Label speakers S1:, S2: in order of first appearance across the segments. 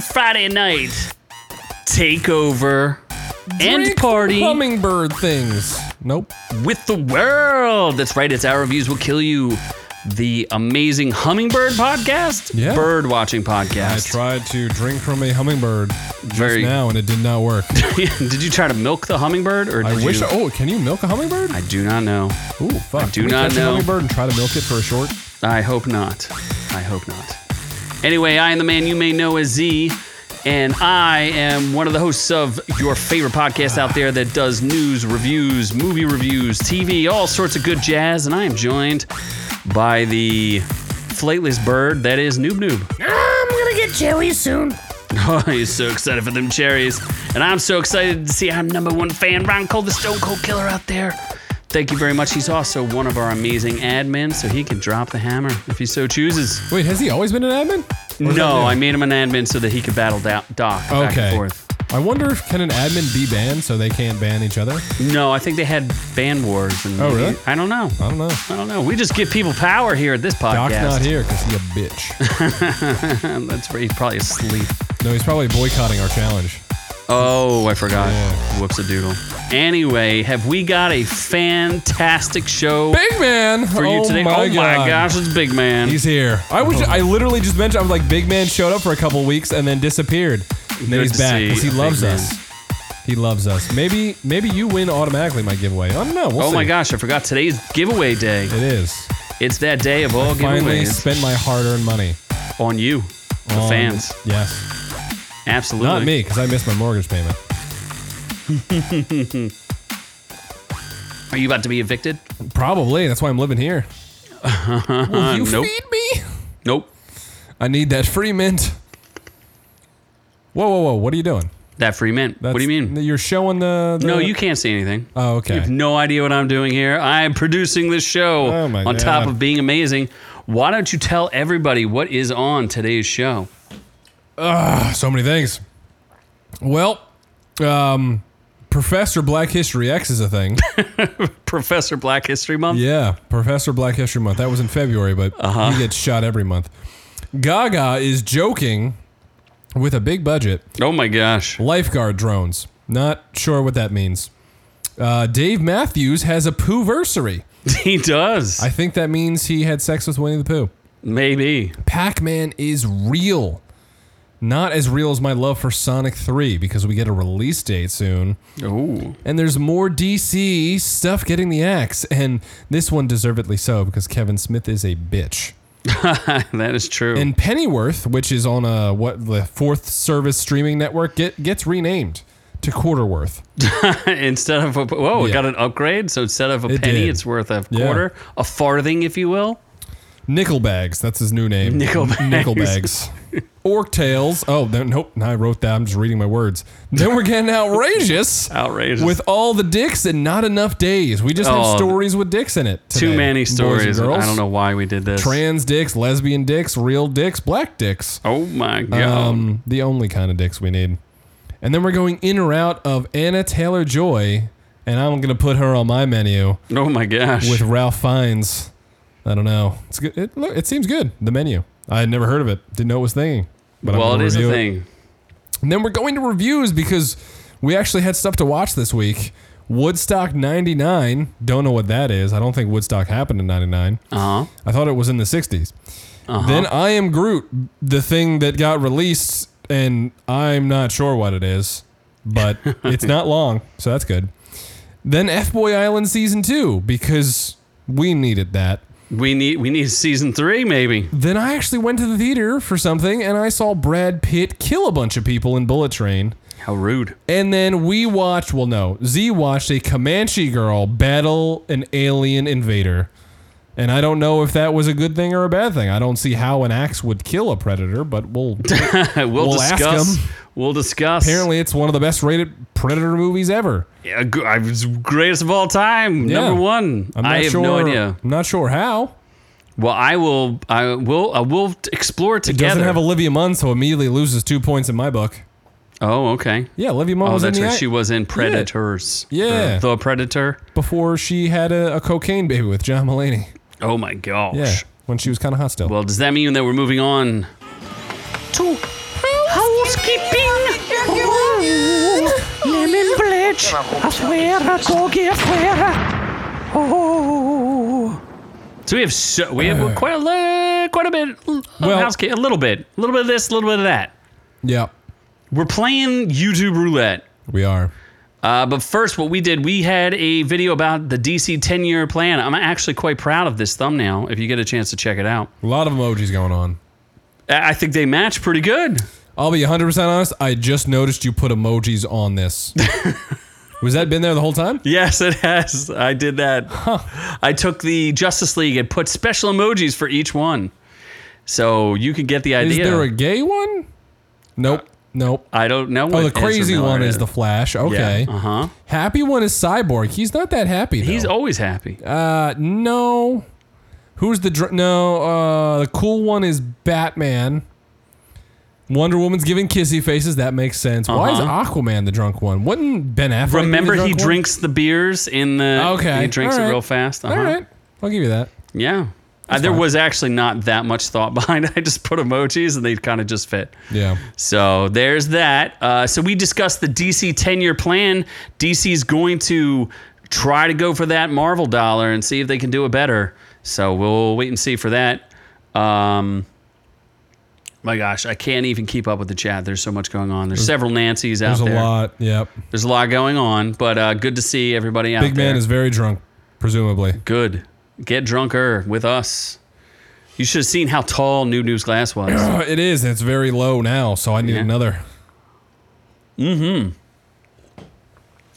S1: Friday night takeover and
S2: Drink
S1: party
S2: Hummingbird things. Nope.
S1: with the world. That's right, it's Our Reviews Will Kill You, the amazing hummingbird podcast,
S2: Yeah.
S1: bird watching
S2: I
S1: podcast.
S2: tried to drink from a hummingbird
S1: Very.
S2: now and it did not work.
S1: did you try to milk the hummingbird, or did
S2: I
S1: you?
S2: wish. oh, can you milk a hummingbird?
S1: I do not know.
S2: Ooh, fuck.
S1: do
S2: Can we
S1: not
S2: catch
S1: know.
S2: A hummingbird and try to milk it for a short.
S1: I hope not. I hope not. Anyway, I am the man you may know as Z, and I am one of the hosts of your favorite podcast out there that does news, reviews, movie reviews, TV, all sorts of good jazz. And I am joined by the flightless bird that is Noob Noob.
S3: I'm gonna get cherries soon.
S1: Oh, he's so excited for them cherries. And I'm so excited to see our number one fan, Ron Cole, the Stone Cold Killer, out there. Thank you very much. He's also one of our amazing admins, so he can drop the hammer if he so chooses.
S2: Wait, has he always been an admin? Or is that
S1: No,
S2: new?
S1: I made him an admin so that he could battle da- Doc back and
S2: Okay.
S1: forth.
S2: I wonder if can an admin be banned so they can't ban each other?
S1: No, I think they had band wars. And
S2: Oh, really?
S1: I don't know.
S2: I don't know.
S1: I don't know. We just give people power here at this podcast.
S2: Doc's not here because he a bitch.
S1: And That's where he's probably asleep.
S2: no, he's probably boycotting our challenge.
S1: Oh, I forgot.
S2: Yeah.
S1: Whoops a doodle. Anyway, have we got a fantastic show
S2: Big man
S1: for you
S2: oh
S1: today?
S2: My
S1: oh my
S2: God.
S1: gosh, it's Big Man.
S2: He's here. I was. I literally just mentioned. I was like, Big Man showed up for a couple weeks and then disappeared. And
S1: Good
S2: then he's
S1: to
S2: back
S1: see
S2: because he
S1: a Big
S2: loves
S1: Man.
S2: us. He loves us. Maybe, maybe you win automatically my giveaway. I don't know. We'll
S1: oh my
S2: see.
S1: gosh, I forgot today's giveaway day.
S2: It is.
S1: It's that day of all
S2: Finally,
S1: giveaways
S2: spent my hard-earned money.
S1: on you, the
S2: on-
S1: fans.
S2: Yes.
S1: Absolutely.
S2: Not me because I missed my mortgage payment.
S1: Are you about to be evicted?
S2: Probably. That's why I'm living here. Will you
S1: nope.
S2: feed me?
S1: Nope.
S2: I need that free mint. Whoa, whoa, whoa! What are you doing?
S1: That free mint. what do you mean?
S2: That's- You're showing the. the
S1: no, you can't see anything.
S2: Oh, okay.
S1: You have no idea what I'm doing here. I am producing this show
S2: Oh, my
S1: on top
S2: God.
S1: of being amazing. Why don't you tell everybody what is on today's show?
S2: So many things. Well, um, Professor Black History X is a thing.
S1: Professor Black History Month?
S2: yeah, Professor Black History Month. That was in February, but he gets shot every month. Gaga is joking with a big budget
S1: Oh my gosh.
S2: lifeguard drones. Not sure what that means. Uh, Dave Matthews has a pooversary.
S1: He does.
S2: I think that means he had sex with Winnie the Pooh.
S1: Maybe.
S2: Pac Man is real. Not as real as my love for Sonic 3 because we get a release date soon.
S1: Ooh.
S2: And there's more DC stuff getting the axe. And this one deservedly so because Kevin Smith is a bitch.
S1: That is true.
S2: And Pennyworth, which is on a what the fourth service streaming network, get, gets renamed to Quarterworth.
S1: instead of a whoa, it
S2: Yeah.
S1: got an upgrade. So instead of a
S2: It
S1: penny,
S2: did.
S1: it's worth a
S2: Yeah.
S1: quarter, a farthing, if you will.
S2: Nickelbags, that's his new name.
S1: Nickelbags.
S2: Nickelbags. Orc Tales. Oh, then, nope. I wrote that. I'm just reading my words. Then we're getting outrageous.
S1: Outrageous.
S2: With all the dicks and not enough days. We just
S1: Oh,
S2: have stories with dicks in it.
S1: Too
S2: today,
S1: many
S2: boys and
S1: stories.
S2: girls.
S1: I don't know why we did this.
S2: Trans dicks, lesbian dicks, real dicks, black dicks.
S1: oh my god.
S2: Um, the only kind of dicks we need. And then we're going in or out of Anna Taylor Joy, and I'm gonna put her on my menu
S1: oh my gosh.
S2: with Ralph Fiennes. I don't know. It's good. It, look, it seems good. The menu. I had never heard of it. Didn't know it was a thing. But I'm
S1: well, it
S2: gonna
S1: is a
S2: review
S1: thing.
S2: And then we're going to reviews because we actually had stuff to watch this week. Woodstock 99. Don't know what that is. I don't think Woodstock happened in 99.
S1: Uh huh.
S2: I thought it was in the 60s. Then I Am Groot, the thing that got released, and I'm not sure what it is, but it's not long, so that's good. Then F Boy Island Season 2, because we needed that.
S1: We need we need season three, maybe.
S2: Then I actually went to the theater for something, and I saw Brad Pitt kill a bunch of people in Bullet Train.
S1: How rude.
S2: And then we watched, well, no, Z watched a Comanche girl battle an alien invader. And I don't know if that was a good thing or a bad thing. I don't see how an axe would kill a predator, but we'll.
S1: we'll,
S2: We'll ask
S1: discuss.
S2: him.
S1: We'll discuss.
S2: apparently, it's one of the best rated predator movies ever.
S1: Yeah, gr- I was greatest of all time.
S2: Yeah.
S1: Number one.
S2: I'm not
S1: I have
S2: sure,
S1: no idea.
S2: I'm not sure how.
S1: Well, I will. I will. I will t- explore together.
S2: Doesn't have Olivia Munn, so immediately loses two points in my book.
S1: oh, okay.
S2: Yeah, Olivia Munn
S1: Oh,
S2: was in
S1: that's
S2: the
S1: right.
S2: act
S1: She was in Predators.
S2: Yeah.
S1: Or the Predator.
S2: before she had a, a cocaine baby with John Mulaney.
S1: Oh my gosh.
S2: Yeah, when she was kind of hot still.
S1: Well, does that mean that we're moving on to housekeeping? bitch. I swear I don't give a- Oh. So we have so, we have quite a li- quite a bit of
S2: Uh. Well-
S1: house ca- a little bit, a little bit of this, a little bit of that.
S2: Yeah,
S1: We're playing YouTube roulette.
S2: we are.
S1: Uh, but first, what we did, we had a video about the DC 10 year plan. I'm actually quite proud of this thumbnail if you get a chance to check it out.
S2: A lot of emojis going on.
S1: I I think they match pretty good.
S2: I'll be 100% honest. I just noticed you put emojis on this. Was that been there the whole time?
S1: Yes, it has. I did that. I took the Justice League and put special emojis for each one. So you can get the
S2: Is
S1: idea.
S2: there a gay one?
S1: Uh,
S2: Nope. nope.
S1: I don't know.
S2: Oh, the crazy one is the Flash. Okay.
S1: Uh huh.
S2: Happy one is Cyborg. He's not that happy. Though.
S1: He's always happy.
S2: uh no. Who's the dr- no? Uh, the cool one is Batman. Wonder Woman's giving kissy faces. That makes sense. Why is
S1: Uh-huh.
S2: Aquaman the drunk one? Wouldn't Ben Affleck? be the
S1: Remember, he
S2: drunk one?
S1: drinks the beers in the.
S2: Okay.
S1: He drinks
S2: All
S1: it real
S2: right.
S1: fast. Uh-huh.
S2: All right, I'll give you that.
S1: Yeah. Uh, there
S2: fine.
S1: was actually not that much thought behind it. I just put emojis and they kind of just fit.
S2: Yeah.
S1: So there's that. Uh, so we discussed the DC 10 year plan. DC's going to try to go for that Marvel dollar and see if they can do it better. So we'll wait and see for that. Um, my gosh, I can't even keep up with the chat. There's so much going on. There's several Nancy's out
S2: There's
S1: there.
S2: a lot. Yep.
S1: There's a lot going on, but uh, good to see everybody out
S2: Big
S1: there.
S2: man is very drunk, presumably.
S1: Good. Get drunker with us. You should have seen how tall New News Glass was.
S2: It is. It's very low now, so I need
S1: Yeah.
S2: another.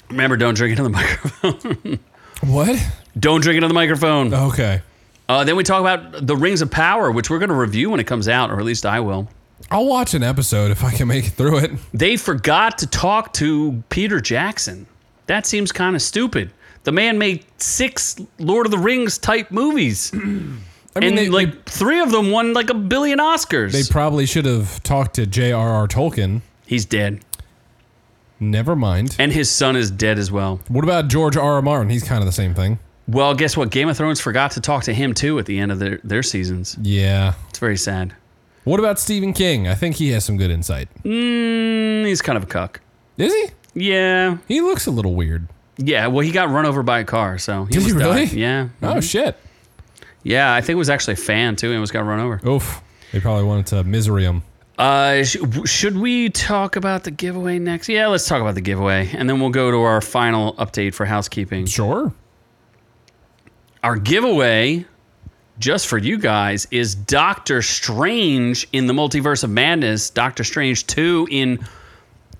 S1: Remember, don't drink into the microphone.
S2: What?
S1: Don't drink into the microphone.
S2: Okay.
S1: Uh, then we talk about the Rings of Power, which we're going to review when it comes out, or at least I will.
S2: I'll watch an episode if I can make it through it.
S1: They forgot to talk to Peter Jackson. That seems kind of stupid. The man made six Lord of the Rings type movies,
S2: I mean,
S1: and
S2: they,
S1: like three of them won like a billion Oscars.
S2: they probably should have talked to J.R.R. Tolkien.
S1: He's dead,
S2: Never mind.
S1: and his son is dead as well.
S2: What about George R. R. Martin? He's kind of the same thing.
S1: Well, guess what? Game of Thrones forgot to talk to him too at the end of their, their seasons.
S2: Yeah.
S1: It's very sad.
S2: What about Stephen King? I think he has some good insight.
S1: Mm, he's kind of a cuck.
S2: Is he?
S1: Yeah.
S2: He looks a little weird.
S1: Yeah. Well, he got run over by a car, so he
S2: Did he
S1: almost
S2: really?
S1: died. Yeah.
S2: Oh shit.
S1: Yeah. I think it was actually a fan too. He almost got run over.
S2: Oof. They probably wanted to misery him.
S1: Uh, sh- should we talk about the giveaway next? Yeah, let's talk about the giveaway, and then we'll go to our final update for housekeeping.
S2: Sure.
S1: Our giveaway, just for you guys, is Doctor Strange in the Multiverse of Madness. Doctor Strange two in,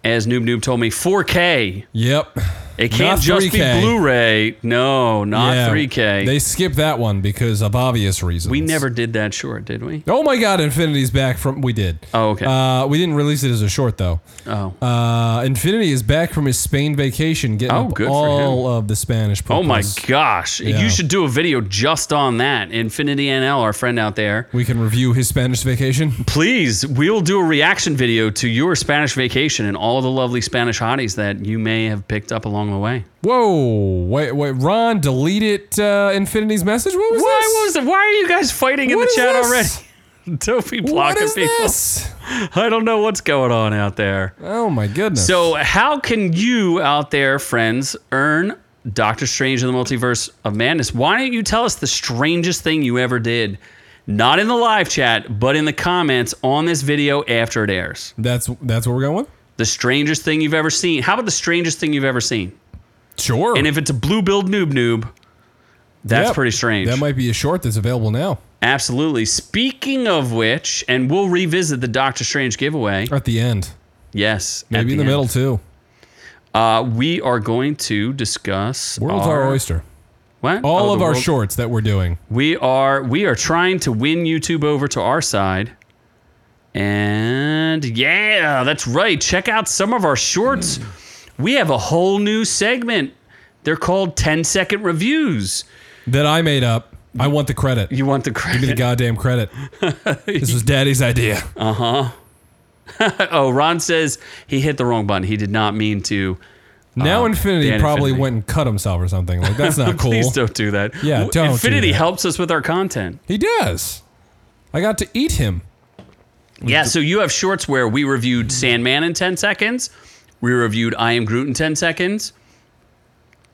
S1: as Noob Noob told me, 4K.
S2: Yep.
S1: It can't
S2: Not
S1: just be
S2: 3K.
S1: Blu-ray. No, not
S2: Yeah.
S1: 3K.
S2: They skipped that one because of obvious reasons.
S1: we never did that short, did we?
S2: Oh my God! Infinity's back from. We did.
S1: Oh, okay.
S2: Uh, we didn't release it as a short though.
S1: oh.
S2: Uh, Infinity is back from his Spain vacation, getting
S1: Oh,
S2: up
S1: good for
S2: all of the Spanish.
S1: oh my
S2: purples.
S1: gosh.
S2: Yeah.
S1: You should do a video just on that. Infinity NL, our friend out there.
S2: We can review his Spanish vacation.
S1: Please, we'll do a reaction video to your Spanish vacation and all the lovely Spanish hotties that you may have picked up along the way.
S2: Whoa! Wait, wait, Ron, deleted uh, Infinity's message. What was this?
S1: Why was it? Why are you guys fighting in
S2: What
S1: the
S2: is
S1: chat
S2: this?
S1: already? Don't be
S2: What
S1: blocking
S2: is
S1: people.
S2: this?
S1: I don't know what's going on out there.
S2: Oh my goodness!
S1: So, how can you out there, friends, earn Doctor Strange in the Multiverse of Madness? Why don't you tell us the strangest thing you ever did? Not in the live chat, but in the comments on this video after it airs.
S2: that's that's what we're going with.
S1: The strangest thing you've ever seen. How about the strangest thing you've ever seen?
S2: Sure.
S1: And if it's a blue build noob noob, that's
S2: Yep.
S1: pretty strange.
S2: that might be a short that's available now
S1: Absolutely. Speaking of which, and we'll revisit the Doctor Strange giveaway.
S2: at the end,
S1: Yes. at
S2: maybe in the
S1: end.
S2: middle too.
S1: Uh, we are going to discuss
S2: World's our,
S1: our
S2: oyster.
S1: What?
S2: All
S1: Oh,
S2: of
S1: the
S2: our
S1: world-
S2: shorts that we're doing.
S1: We are we are trying to win YouTube over to our side. And yeah, that's right. Check out some of our shorts. We have a whole new segment. They're called 10 second reviews.
S2: that I made up. I want the credit.
S1: You want the
S2: The
S1: credit?
S2: goddamn credit. this was Daddy's idea.
S1: Uh-huh. Oh, Ron says he hit the wrong button. He did not mean to.
S2: now Infinity
S1: Dan
S2: probably
S1: Infinity.
S2: went and cut himself or something. Like that's not cool.
S1: Please don't do that.
S2: Yeah,
S1: W-
S2: don't do
S1: Infinity
S2: that.
S1: helps us with our content.
S2: He does. I got to eat him.
S1: Yeah, so you have shorts where we reviewed Sandman in 10 seconds. We reviewed I Am Groot in 10 seconds.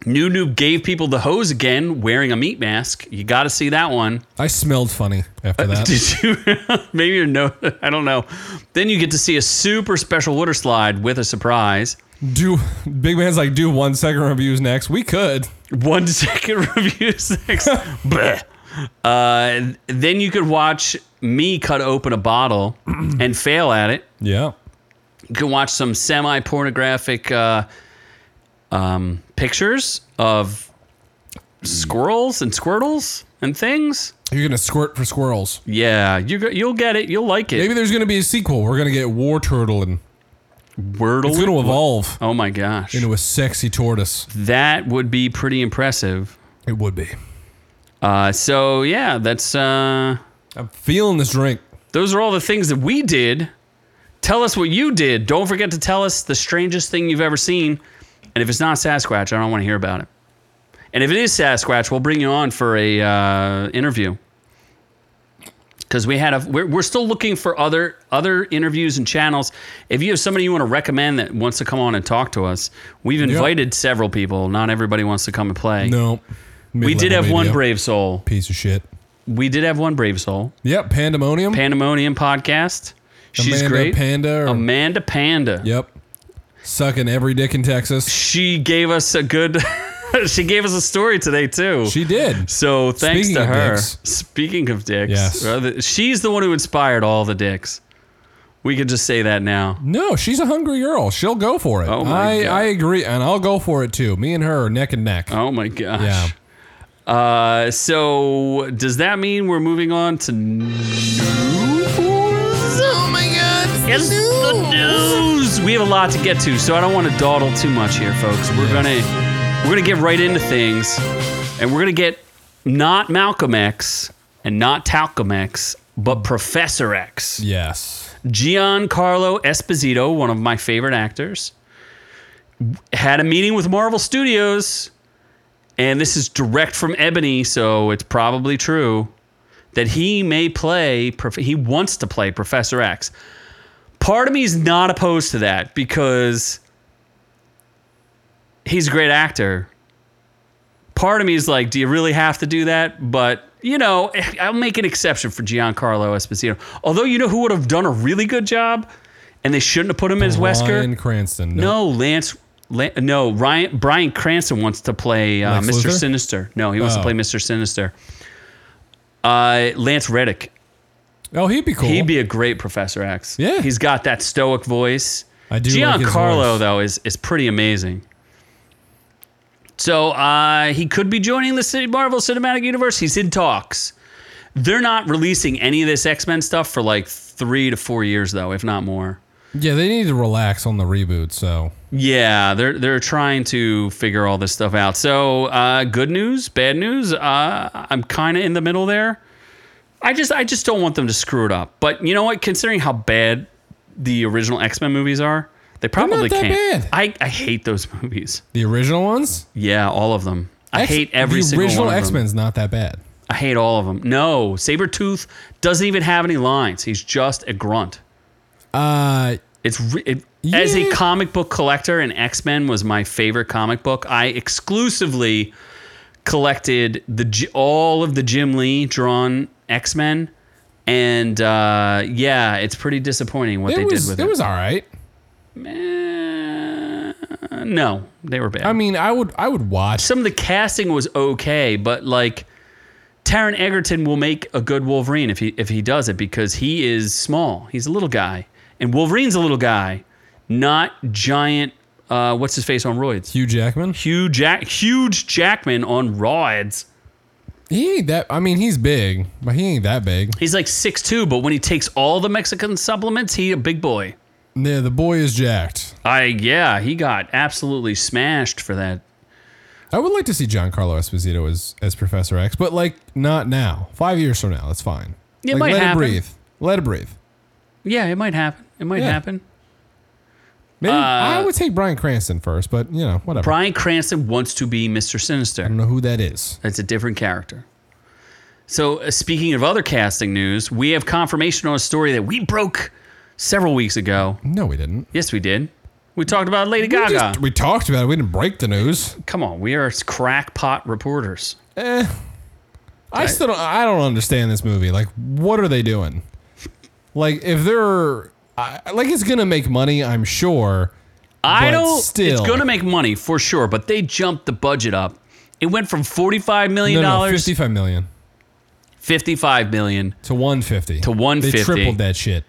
S1: New Noob gave people the hose again, wearing a meat mask. You got to see that one.
S2: I smelled funny after that.
S1: Uh, Did you? maybe you're no. I don't know. Then you get to see a super special water slide with a surprise.
S2: do Big Man's like do one second reviews next? We could.
S1: One second review six. Bleh. Uh, then you could watch me cut open a bottle and fail at it.
S2: Yeah.
S1: You can watch some semi pornographic uh, um, pictures of squirrels and squirtles and things.
S2: You're gonna squirt for squirrels.
S1: Yeah, you go- you'll get it. You'll like it.
S2: Maybe there's gonna be a sequel. We're gonna get War Turtle and
S1: Wordle.
S2: it's gonna evolve
S1: Oh my gosh,
S2: into a sexy tortoise.
S1: that would be pretty impressive.
S2: It would be.
S1: Uh, so yeah, that's uh,
S2: I'm feeling this drink.
S1: those are all the things that we did. Tell us what you did. Don't forget to tell us the strangest thing you've ever seen. And if it's not Sasquatch, I don't want to hear about it. And if it is Sasquatch, we'll bring you on for a uh, interview. Because we had a, we're, we're still looking for other other interviews and channels. If you have somebody you want to recommend that wants to come on and talk to us, we've invited several people. Not everybody wants to come and play.
S2: No.
S1: we did have one
S2: break.
S1: brave soul.
S2: Piece of shit.
S1: We did have one brave soul.
S2: Yep. Pandemonium.
S1: Pandemonium podcast. She's
S2: Amanda
S1: great.
S2: Panda. or-
S1: Amanda Panda.
S2: yep. Sucking every dick in Texas.
S1: She gave us a good. she gave us a story today too.
S2: She did.
S1: so thanks
S2: Speaking
S1: to
S2: of
S1: her.
S2: dicks.
S1: Speaking of dicks,
S2: Yes.
S1: rather- she's the one who inspired all the dicks. We could just say that now.
S2: No, she's a hungry girl. She'll go for it.
S1: Oh my
S2: I,
S1: God.
S2: I agree, and I'll go for it too. Me and her are neck and neck.
S1: Oh my gosh.
S2: Yeah.
S1: Uh, so does that mean we're moving on to news? Oh my god! It's the news. We have a lot to get to, so I don't want to dawdle too much here, folks. We're gonna we're gonna get right into things, and we're gonna get not Malcolm X and not Talcum X, but Professor X.
S2: Yes.
S1: Giancarlo Esposito, one of my favorite actors, had a meeting with Marvel Studios, and this is direct from Ebony, so it's probably true that he may play, Prof- he wants to play Professor X. Part of me is not opposed to that because he's a great actor. Part of me is like, do you really have to do that? But you know, I'll make an exception for Giancarlo Esposito. Although you know who would have done a really good job, and they shouldn't have put him as Wesker.
S2: Bryan Cranston. Nope.
S1: No, Lance. Lan no, Ryan. Brian Cranston wants to play uh,
S2: Lex
S1: Mr.
S2: Luthor?
S1: Sinister. No, he wants
S2: Oh.
S1: to play Mr. Sinister. Uh, Lance Reddick.
S2: Oh, he'd be cool.
S1: He'd be a great Professor X.
S2: Yeah.
S1: he's got that stoic voice.
S2: I do like his
S1: Giancarlo
S2: voice.
S1: though is is pretty amazing. So uh, he could be joining the Cin- Marvel Cinematic Universe. He's in talks. They're not releasing any of this X Men stuff for like three to four years though, if not more.
S2: yeah, they need to relax on the reboot. So
S1: Yeah, they're they're trying to figure all this stuff out. So, uh, good news, bad news. Uh, I'm kind of in the middle there. I just I just don't want them to screw it up. But you know what? Considering how bad the original X Men movies are, they probably
S2: that
S1: can't.
S2: bad.
S1: I I hate those movies.
S2: the original ones.
S1: Yeah, all of them. I
S2: X-
S1: hate every
S2: the
S1: single
S2: original
S1: one of
S2: X
S1: them.
S2: Men's not that bad.
S1: I hate all of them. No, Sabretooth doesn't even have any lines. He's just a grunt.
S2: Uh,
S1: It's re- it, as a
S2: Yeah.
S1: comic book collector, and X Men was my favorite comic book. I exclusively collected the J- all of the Jim Lee drawn X Men, and uh, yeah, it's pretty disappointing what
S2: it
S1: they
S2: was
S1: did with
S2: it
S1: it.
S2: was all right.
S1: Eh, no, they were bad.
S2: I mean, I would I would watch.
S1: Some of the casting was okay, but like. Taron Egerton will make a good Wolverine if he if he does it because he is small. He's a little guy, and Wolverine's a little guy, not giant. Uh, what's his face on roids?
S2: Hugh Jackman.
S1: Huge, Jack, huge Jackman on roids.
S2: He ain't that. I mean, he's big, but he ain't that big.
S1: He's like 6'2", but when he takes all the Mexican supplements, he a big boy.
S2: Yeah, the boy is jacked.
S1: I yeah, he got absolutely smashed for that.
S2: I would like to see Giancarlo Esposito as as Professor X, but like not now. Five years from now, that's fine.
S1: It
S2: like,
S1: might
S2: let
S1: happen.
S2: it breathe. Let it breathe.
S1: Yeah, it might happen. It might
S2: Yeah.
S1: happen.
S2: Maybe
S1: Uh,
S2: I would take Brian Cranston first, but you know, whatever.
S1: Brian Cranston wants to be Mister Sinister.
S2: I don't know who that is.
S1: It's a different character. So, uh, speaking of other casting news, we have confirmation on a story that we broke several weeks ago.
S2: No, we didn't.
S1: Yes, we did. We talked about Lady Gaga.
S2: Just- we talked about it. We didn't break the news.
S1: Come on, we are crackpot reporters.
S2: Eh. I still don't, I don't understand this movie. Like, what are they doing? Like, if they're I, like, it's gonna make money, I'm sure.
S1: I
S2: But
S1: don't.
S2: still.
S1: It's going to make money for sure, but they jumped the budget up. It went from forty-five
S2: No,
S1: million
S2: no,
S1: dollars,
S2: fifty-five million
S1: fifty-five million,
S2: to one fifty to
S1: 150.
S2: They tripled that shit.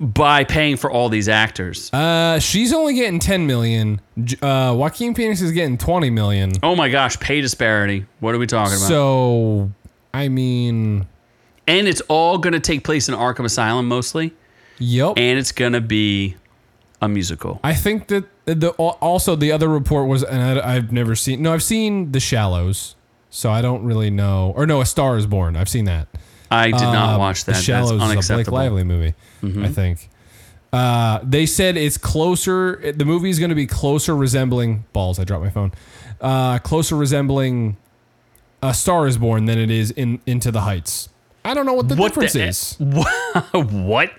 S1: by paying for all these actors.
S2: Uh, she's only getting ten million. J- Uh, Joaquin Phoenix is getting twenty million.
S1: oh my gosh, pay disparity. What are we
S2: Oh,
S1: talking about?
S2: So, I mean,
S1: and it's all going to take place in Arkham Asylum mostly,
S2: yep.
S1: and it's going to be a musical.
S2: I think that the al- also the other report was, and I, have never seen. No, I've seen The Shallows, so I don't really know. Or no, A Star Is Born. I've seen that.
S1: I did not
S2: Um,
S1: watch that.
S2: The
S1: That's
S2: Shallows is a Blake
S1: unacceptable. Mm-hmm.
S2: Lively movie, I think. Uh, they said it's closer. The movie is going to be closer resembling balls. I dropped my phone. Uh, closer resembling A Star Is Born than it is in Into the Heights. I don't know what the
S1: What
S2: difference
S1: the-
S2: is.
S1: what?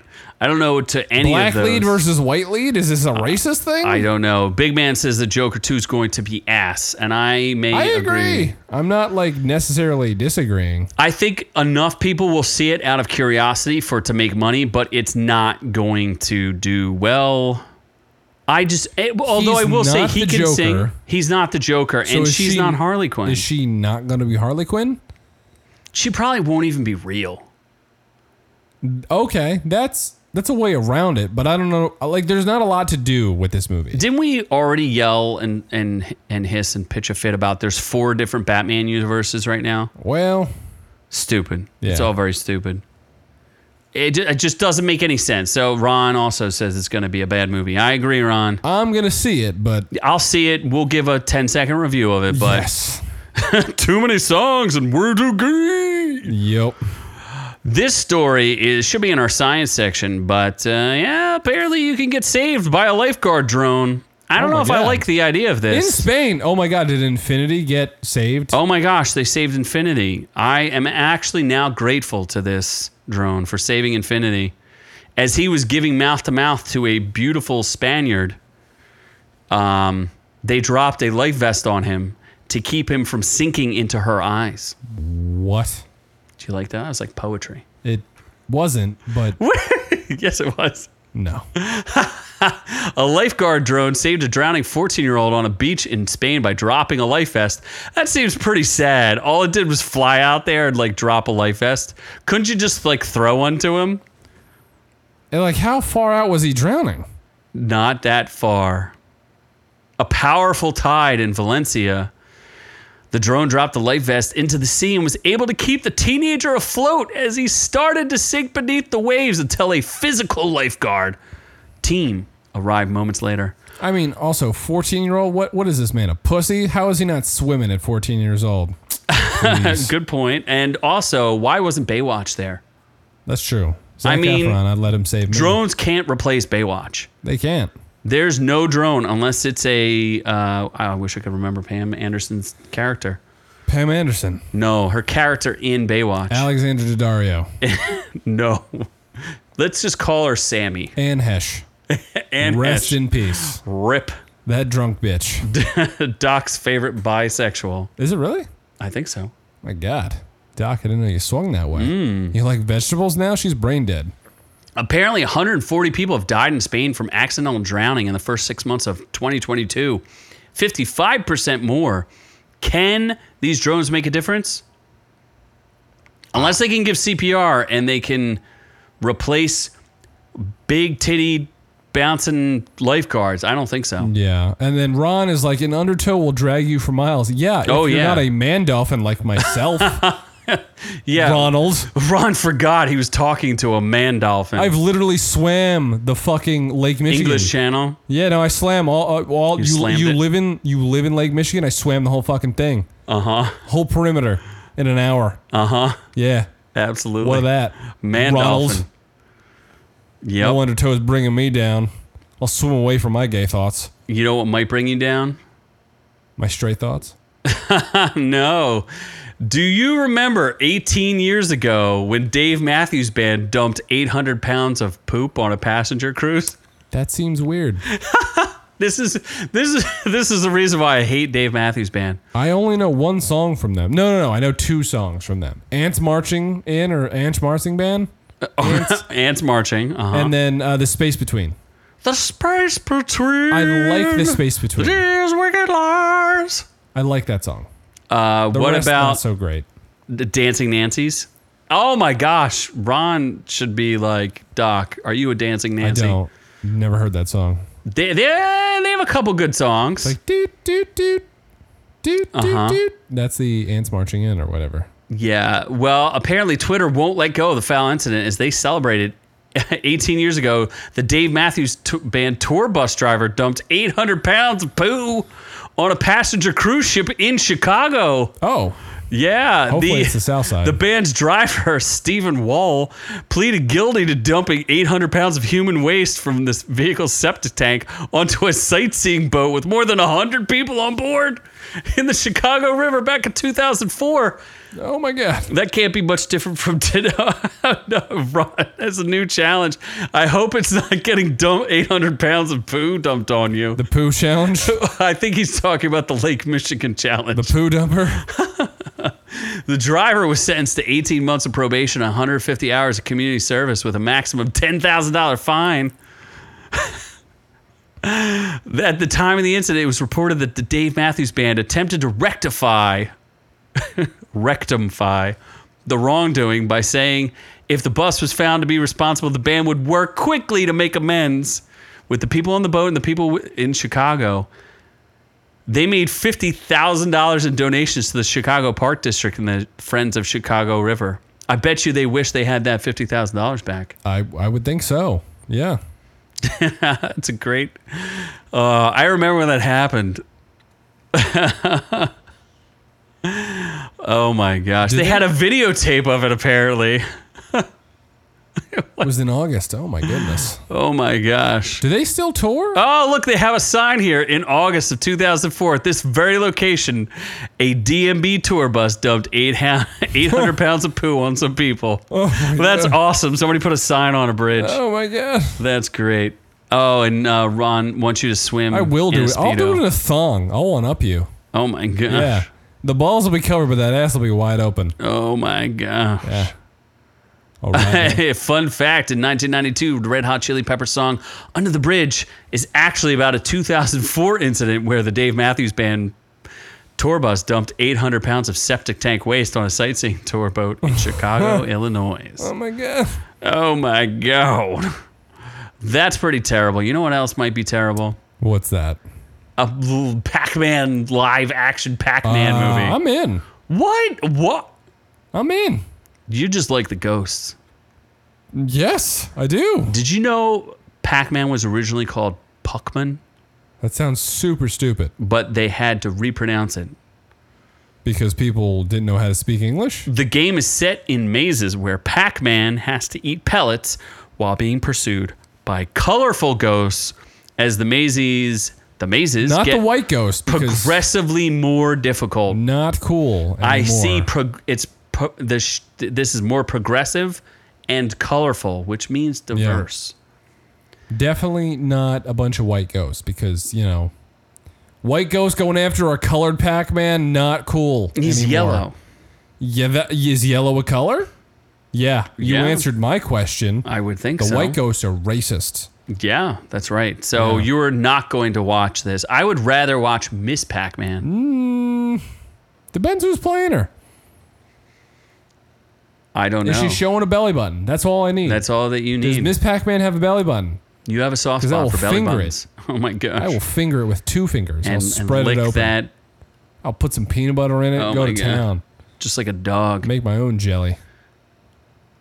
S1: I don't know to any
S2: Black
S1: of those.
S2: lead versus white lead. Is this a racist thing?
S1: I don't know. Big Man says the Joker 2 is going to be ass, and I may
S2: I agree. I'm not like necessarily disagreeing.
S1: I think enough people will see it out of curiosity for it to make money, but it's not going to do well. I just, eh, although
S2: He's
S1: I will say
S2: not
S1: he
S2: the
S1: can sing.
S2: Joker.
S1: He's not the Joker,
S2: So
S1: and
S2: is
S1: she's
S2: she-
S1: not Harley Quinn.
S2: Is
S1: She,
S2: she not going to be Harley Quinn?
S1: probably won't even be real.
S2: Okay, that's that's a way around it, but I don't know. Like, there's not a lot to do with this movie.
S1: Didn't we already yell and and and hiss and pitch a fit about there's four different Batman universes right now?
S2: Well,
S1: Stupid. It's
S2: Yeah.
S1: all very stupid. It, ju- it just doesn't make any sense. So Ron also says it's going to be a bad movie. I agree, Ron.
S2: I'm gonna see it, but
S1: I'll see it. We'll give a 10 second review of it, but
S2: yes,
S1: too many songs and we're too gay.
S2: yep.
S1: This story is should be in our science section, but uh, yeah, apparently you can get saved by a lifeguard drone. I don't
S2: my
S1: know if I
S2: God.
S1: like the idea of
S2: In
S1: this.
S2: Spain, oh my God, did Infinity get saved?
S1: Oh my gosh, they saved Infinity. I am actually now grateful to this drone for saving Infinity. As he was giving mouth to mouth to a beautiful Spaniard, um, they dropped a life vest on him to keep him from sinking into her eyes.
S2: What?
S1: Do you like that? It's like poetry.
S2: It wasn't, but
S1: yes, it was.
S2: no.
S1: A lifeguard drone saved a drowning 14 year old on a beach in Spain by dropping a life vest. That seems pretty sad. All it did was fly out there and like drop a life vest. Couldn't you just like throw one to him?
S2: And like, how far out was he drowning?
S1: Not that far. A powerful tide in Valencia. The drone dropped the life vest into the sea and was able to keep the teenager afloat as he started to sink beneath the waves until a physical lifeguard team arrived moments later.
S2: I mean, also, 14 year old. What? What is this man? A pussy? How is he not swimming at 14 years old? Jeez.
S1: Good point. And also, why wasn't Baywatch there?
S2: That's true. Zac I
S1: mean,
S2: mean, Efron, I'd let him save me.
S1: Drones can't replace Baywatch.
S2: They can't.
S1: There's no drone unless it's a. Uh, I wish I could remember Pam Anderson's character.
S2: Pam Anderson,
S1: No, her character in Baywatch.
S2: Alexander Daddario,
S1: no. Let's just call her Sammy.
S2: Anne Hesh.
S1: And
S2: Rest
S1: Ash.
S2: in peace.
S1: rip.
S2: That drunk bitch.
S1: Doc's favorite bisexual.
S2: Is it really?
S1: I think so.
S2: My God, Doc, I didn't know you swung that way.
S1: Mm.
S2: You like vegetables now? She's brain dead.
S1: Apparently, 140 people have died in Spain from accidental drowning in the first six months of 2022. 55% more. Can these drones make a difference? Unless they can give CPR and they can replace big titty bouncing lifeguards. I don't think so.
S2: Yeah, and then Ron is like, an undertow will drag you for miles. Yeah. If
S1: Oh,
S2: you're
S1: yeah.
S2: Not a man dolphin like myself,
S1: Yeah. Ron,
S2: Ronald.
S1: forgot he was talking to a man dolphin.
S2: I've literally swam the fucking Lake Michigan.
S1: English Channel.
S2: Yeah, no, I swam all. Uh, all you you,
S1: slammed it.
S2: live in you live in Lake Michigan. I swam the whole fucking thing,
S1: Uh huh.
S2: whole perimeter, in an hour.
S1: Uh huh.
S2: Yeah.
S1: Absolutely.
S2: What of that?
S1: Man
S2: Ronald.
S1: dolphin. Yep.
S2: No undertow is bringing me down. I'll swim away from my gay thoughts,
S1: You know what might bring you down?
S2: my straight thoughts.
S1: No. Do you remember 18 years ago when Dave Matthews Band dumped 800 pounds of poop on a passenger cruise?
S2: That seems weird.
S1: This is this is this is the reason why I hate Dave Matthews Band.
S2: I only know one song from them. No, no, no. I know two songs from them. Ants Marching In or Ants Marching Band,
S1: Ants, marching. Uh-huh.
S2: and then uh, The Space Between.
S1: the space between.
S2: I like The Space Between.
S1: These wicked lies.
S2: I like that song.
S1: Uh,
S2: The
S1: what
S2: rest,
S1: about
S2: not so great?
S1: the Dancing Nancys? Oh my gosh, Ron should be like, Doc, are you a Dancing
S2: I
S1: Nancy?
S2: don't. Never heard that song.
S1: They, they, they have a couple good songs.
S2: Like doot doot doot doot
S1: Uh-huh.
S2: doot doot. That's the Ants Marching In or whatever.
S1: yeah. Well, apparently Twitter won't let go of the foul incident as they celebrated 18 years ago. The Dave Matthews t- Band tour bus driver dumped 800 pounds of poo on a passenger cruise ship in Chicago.
S2: Oh,
S1: Yeah.
S2: Hopefully it's the south side.
S1: The band's driver, Stephen Wall, pleaded guilty to dumping 800 pounds of human waste from this vehicle's septic tank onto a sightseeing boat with more than 100 people on board in the Chicago River back in 2004.
S2: oh my God.
S1: That can't be much different from today. no, Ron, that's a new challenge. I hope it's not getting dump 800 pounds of poo dumped on you.
S2: The Poo Challenge.
S1: I think he's talking about the Lake Michigan challenge.
S2: The Poo Dumper.
S1: The driver was sentenced to 18 months of probation, 150 hours of community service with a maximum $10,000 fine. At the time of the incident, it was reported that the Dave Matthews Band attempted to rectify, rectify the wrongdoing by saying if the bus was found to be responsible, the band would work quickly to make amends with the people on the boat and the people w- in Chicago. They made fifty thousand dollars in donations to the Chicago Park District and the Friends of Chicago River. I bet you they wish they had that fifty thousand dollars back.
S2: I I would think so. Yeah.
S1: That's a great. Uh, I remember when that happened. oh my gosh! they
S2: they-
S1: had a videotape of it apparently.
S2: It was in August. Oh my goodness.
S1: Oh my gosh!
S2: Do they still tour?
S1: Oh, look, they have a sign here. In August of 2004, at this very location, a DMB tour bus dumped eight ha- 800 pounds of poo on some people.
S2: Oh, my
S1: That's awesome. Somebody put a sign on a bridge.
S2: Oh my god!
S1: That's great. Oh, and uh, Ron wants you to swim.
S2: I will
S1: in
S2: do
S1: a
S2: it. I'll do
S1: Speedo.
S2: it in a thong. I'll one up you.
S1: Oh my gosh.
S2: Yeah, the balls will be covered, but that ass will be wide open.
S1: Oh my gosh.
S2: Yeah. All right.
S1: Hey, fun fact in 1992, the Red Hot Chili Pepper song Under the Bridge is actually about a 2004 incident where the Dave Matthews Band tour bus dumped 800 pounds of septic tank waste on a sightseeing tour boat in Chicago, Illinois.
S2: oh my god!
S1: Oh my God. That's pretty terrible. You know what else might be terrible?
S2: What's that?
S1: A l- Pac-Man live action Pac-Man
S2: Uh,
S1: movie.
S2: I'm in.
S1: What? What?
S2: I'm in.
S1: You just like the ghosts.
S2: Yes, I do.
S1: Did you know Pac-Man was originally called Puckman?
S2: That sounds super stupid
S1: but they had to repronounce it.
S2: because people didn't know how to speak English.
S1: The game is set in mazes where Pac Man has to eat pellets while being pursued by colorful ghosts as the mazes, the mazes
S2: Not
S1: get
S2: the white ghost because
S1: progressively more difficult.
S2: not cool. Anymore.
S1: I see prog- it's pro- the sh- th- this is more progressive and colorful, which means diverse.
S2: Definitely not a bunch of white ghosts because, you know, white ghosts going after our colored Pac Man, not cool.
S1: He's
S2: anymore.
S1: yellow.
S2: Yeah, that, is yellow a color? Yeah, you
S1: Yeah.
S2: answered my question.
S1: I would think
S2: the
S1: so.
S2: white ghosts are racist.
S1: yeah, that's right. So you are not going to watch this. I would rather watch Miss Pac Man.
S2: Depends who's playing her.
S1: I don't know.
S2: If she's showing a belly button, that's all I need.
S1: That's all that you
S2: Does
S1: need.
S2: Miss Pac Man have a belly button?
S1: you have a soft
S2: I
S1: spot
S2: will
S1: for belly
S2: finger
S1: buttons. Oh my gosh!
S2: I will finger it with two fingers. I'll
S1: and, and
S2: spread
S1: lick
S2: it open.
S1: that
S2: I'll put some peanut butter in it,
S1: Oh
S2: go to
S1: my God.
S2: town,
S1: just like a dog.
S2: make my own jelly.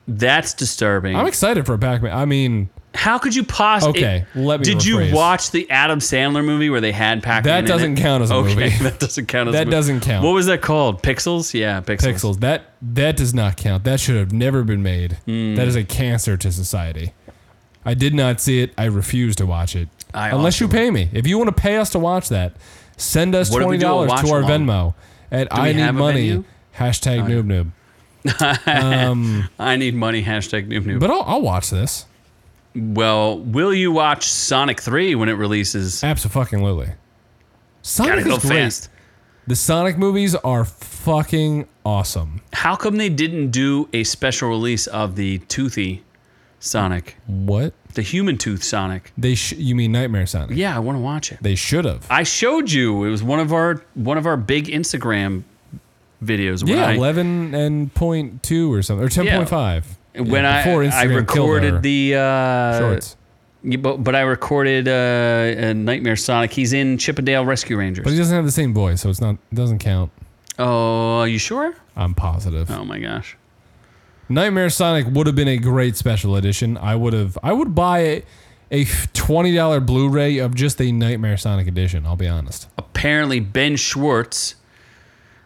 S1: That's disturbing.
S2: I'm excited for Pac Man. I mean,
S1: How could you possibly?
S2: Okay, let me
S1: Did you
S2: rephrase.
S1: watch the Adam Sandler movie where they had Pac-Man?
S2: That
S1: in
S2: doesn't
S1: it?
S2: count as a
S1: okay,
S2: movie.
S1: That doesn't count as a
S2: That
S1: movie.
S2: doesn't count.
S1: What was that called? Pixels? Yeah, pixels.
S2: pixels. That that does not count. That should have never been made.
S1: Hmm.
S2: That is a cancer to society. I did not see it. I refuse to watch it.
S1: I
S2: Unless you
S1: also-
S2: pay me. If you want to pay us to watch that, send us
S1: What do we
S2: twenty
S1: do? A
S2: dollars
S1: watch
S2: to our
S1: along?
S2: Venmo at
S1: we
S2: I need
S1: have a venue?
S2: money hashtag noob noob.
S1: I need money. Hashtag noob noob.
S2: But I'll, I'll watch this.
S1: Well, will you watch Sonic 3 when it releases?
S2: Absolutely.
S1: Gotta
S2: Sonic
S1: go
S2: is great.
S1: fast.
S2: The Sonic movies are fucking awesome.
S1: How come they didn't do a special release of the toothy Sonic,
S2: What?
S1: the human tooth Sonic?
S2: They sh- you mean Nightmare Sonic?
S1: Yeah, I want to watch it.
S2: They should have.
S1: I showed you. It was one of our one of our big Instagram videos. When
S2: Yeah,
S1: I,
S2: eleven and point two or something, or ten point five.
S1: when I I recorded the uh,
S2: shorts,
S1: yeah, But, but I recorded uh, a Nightmare Sonic. He's in Chippendale Rescue Rangers.
S2: but he doesn't have the same voice, so it's not it doesn't count.
S1: oh, you sure?
S2: I'm positive.
S1: Oh my gosh.
S2: Nightmare Sonic would have been a great special edition. I would have. I would buy a, a twenty dollar Blu-ray of just a Nightmare Sonic edition. I'll be honest.
S1: Apparently, Ben Schwartz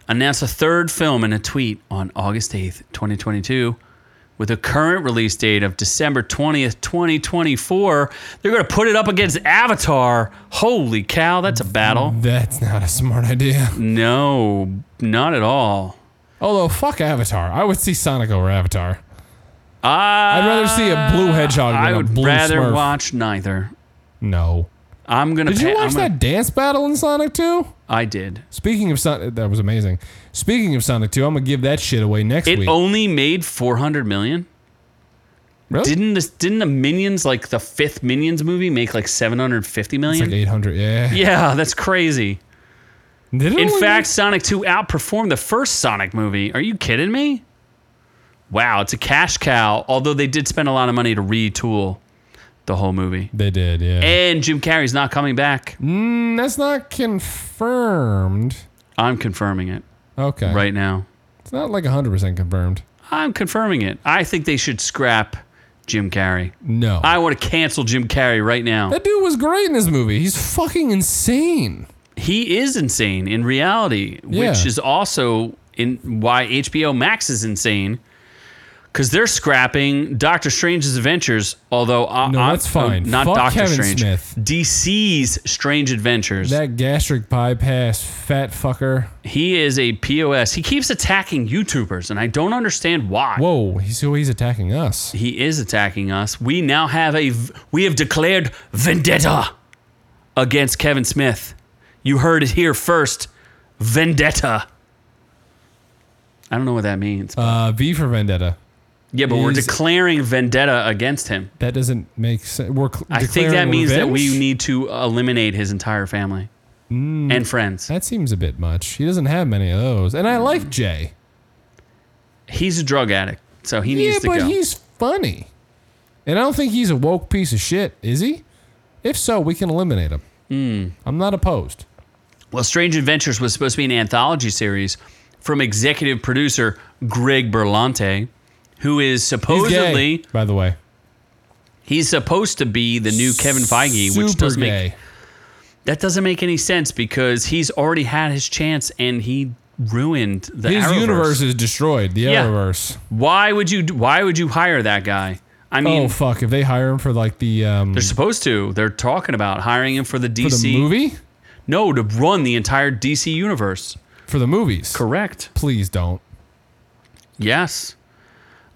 S1: announced a third film in a tweet on August 8th, 2022, with a current release date of December 20th, 2024. They're going to put it up against Avatar. Holy cow, that's a battle.
S2: That's not a smart idea.
S1: No, not at all.
S2: Although fuck Avatar, I would see Sonic over Avatar.
S1: I'd
S2: I'd rather see a blue hedgehog than
S1: Ah, Uh, I
S2: a
S1: would
S2: blue
S1: rather
S2: Smurf.
S1: watch neither.
S2: no.
S1: I'm gonna.
S2: Did
S1: pa-
S2: you watch
S1: I'm gonna-
S2: that dance battle in Sonic 2?
S1: I did.
S2: Speaking of Sonic, that was amazing. Speaking of Sonic 2, I'm gonna give that shit away next
S1: It
S2: week.
S1: only made 400 million.
S2: really?
S1: Didn't this? Didn't the Minions, like the fifth Minions movie, make like 750
S2: it's
S1: million?
S2: like 800. Yeah.
S1: yeah, that's crazy.
S2: Did it
S1: In
S2: only-
S1: fact, Sonic 2 outperformed the first Sonic movie. Are you kidding me? Wow, it's a cash cow. Although they did spend a lot of money to retool the whole movie.
S2: they did. Yeah.
S1: And Jim Carrey's not coming back.
S2: Mm, that's not confirmed.
S1: I'm confirming it
S2: Okay.
S1: right now.
S2: It's not like 100 percent confirmed.
S1: I'm confirming it. I think they should scrap Jim Carrey.
S2: No.
S1: I want to cancel Jim Carrey right now.
S2: that dude was great in this movie. He's fucking insane.
S1: He is insane in reality, which
S2: Yeah.
S1: is also in why HBO Max is insane because they're scrapping Doctor Strange's Adventures. Although I,
S2: No,
S1: I-
S2: that's fine.
S1: uh, not
S2: Fuck
S1: Doctor
S2: Kevin
S1: Strange,
S2: Smith.
S1: DC's Strange Adventures.
S2: That gastric bypass fat fucker.
S1: he is a pos. He keeps attacking YouTubers, and I don't understand why.
S2: Whoa, he's so he's attacking us.
S1: he is attacking us. We now have a v- we have declared vendetta against Kevin Smith. You heard it here first. Vendetta. I don't know what that means.
S2: Uh, V for Vendetta.
S1: yeah, but we're
S2: is-
S1: declaring vendetta against him.
S2: That doesn't make sense. We're cl-
S1: I think that
S2: declaring
S1: means that
S2: revenge? Hmm.
S1: we need to eliminate his entire family and friends.
S2: That seems a bit much. He doesn't have many of those. And I like Jay.
S1: He's a drug addict, so he
S2: Yeah,
S1: needs to
S2: but
S1: go.
S2: he's funny. And I don't think he's a woke piece of shit, is he? If so, we can eliminate him.
S1: Hmm.
S2: I'm not opposed.
S1: Well, Strange Adventures was supposed to be an anthology series from executive producer Greg Berlanti, who is
S2: He's gay,
S1: supposedly
S2: by the way.
S1: He's supposed to be the new Kevin Feige, which
S2: Super
S1: doesn't make
S2: gay.
S1: that doesn't make any sense because he's already had his chance and he ruined the
S2: His
S1: Arrowverse.
S2: universe is destroyed. The
S1: Yeah.
S2: Arrowverse.
S1: Why would you? Why would you hire that guy? I mean,
S2: oh fuck! If they hire him for like the um
S1: they're supposed to. They're talking about hiring him for the
S2: for
S1: DC.
S2: the movie
S1: No, to run the entire DC universe.
S2: for the movies,
S1: Correct.
S2: please don't.
S1: Yes.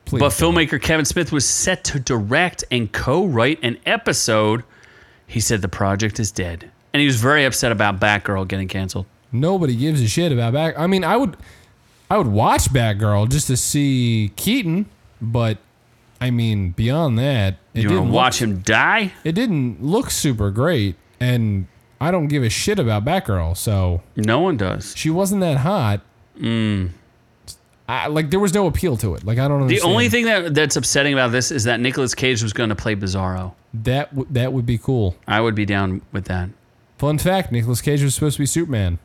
S2: Please.
S1: But filmmaker Kevin Smith was set to direct and co write an episode. He said the project is dead. And he was very upset about Batgirl getting canceled.
S2: nobody gives a shit about Bat. I mean, I would, I would watch Batgirl just to see Keaton, but I mean, beyond that, it
S1: You want
S2: didn't
S1: to watch him die?
S2: Look, it didn't look super great, and I don't give a shit about Batgirl, so
S1: No one does.
S2: she wasn't that hot. Mm. I, like there was no appeal to it. Like I don't
S1: Hmm. The
S2: understand.
S1: only thing that that's upsetting about this is that Nicolas Cage was going to play Bizarro.
S2: that w- that would be cool.
S1: I would be down with that.
S2: Fun fact: Nicolas Cage was supposed to be Superman.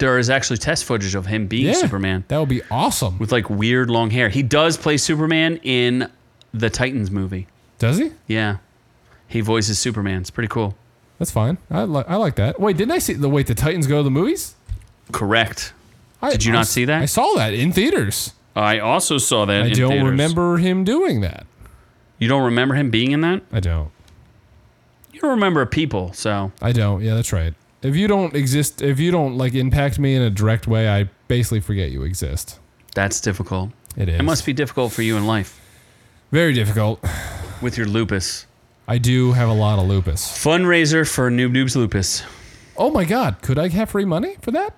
S1: There is actually test footage of him being Superman
S2: That would be awesome.
S1: with like weird long hair. He does play Superman in the Titans movie.
S2: Does he?
S1: Yeah. He voices Superman. It's pretty cool.
S2: That's fine. I like I like that. Wait, didn't I see the wait the Titans go to the movies?
S1: Correct.
S2: I,
S1: Did you not
S2: s-
S1: see that?
S2: I saw that in theaters.
S1: I also saw that.
S2: I
S1: in
S2: don't
S1: theaters.
S2: remember him doing that.
S1: You don't remember him being in that?
S2: I don't.
S1: You don't remember people, so
S2: I don't. Yeah, that's right. If you don't exist, if you don't like impact me in a direct way, I basically forget you exist.
S1: that's difficult.
S2: It is.
S1: It must be difficult for you in life
S2: very difficult.
S1: with your lupus.
S2: I do have a lot of lupus.
S1: Fundraiser for Noob Noob's Lupus.
S2: Oh my God, could I have free money for that?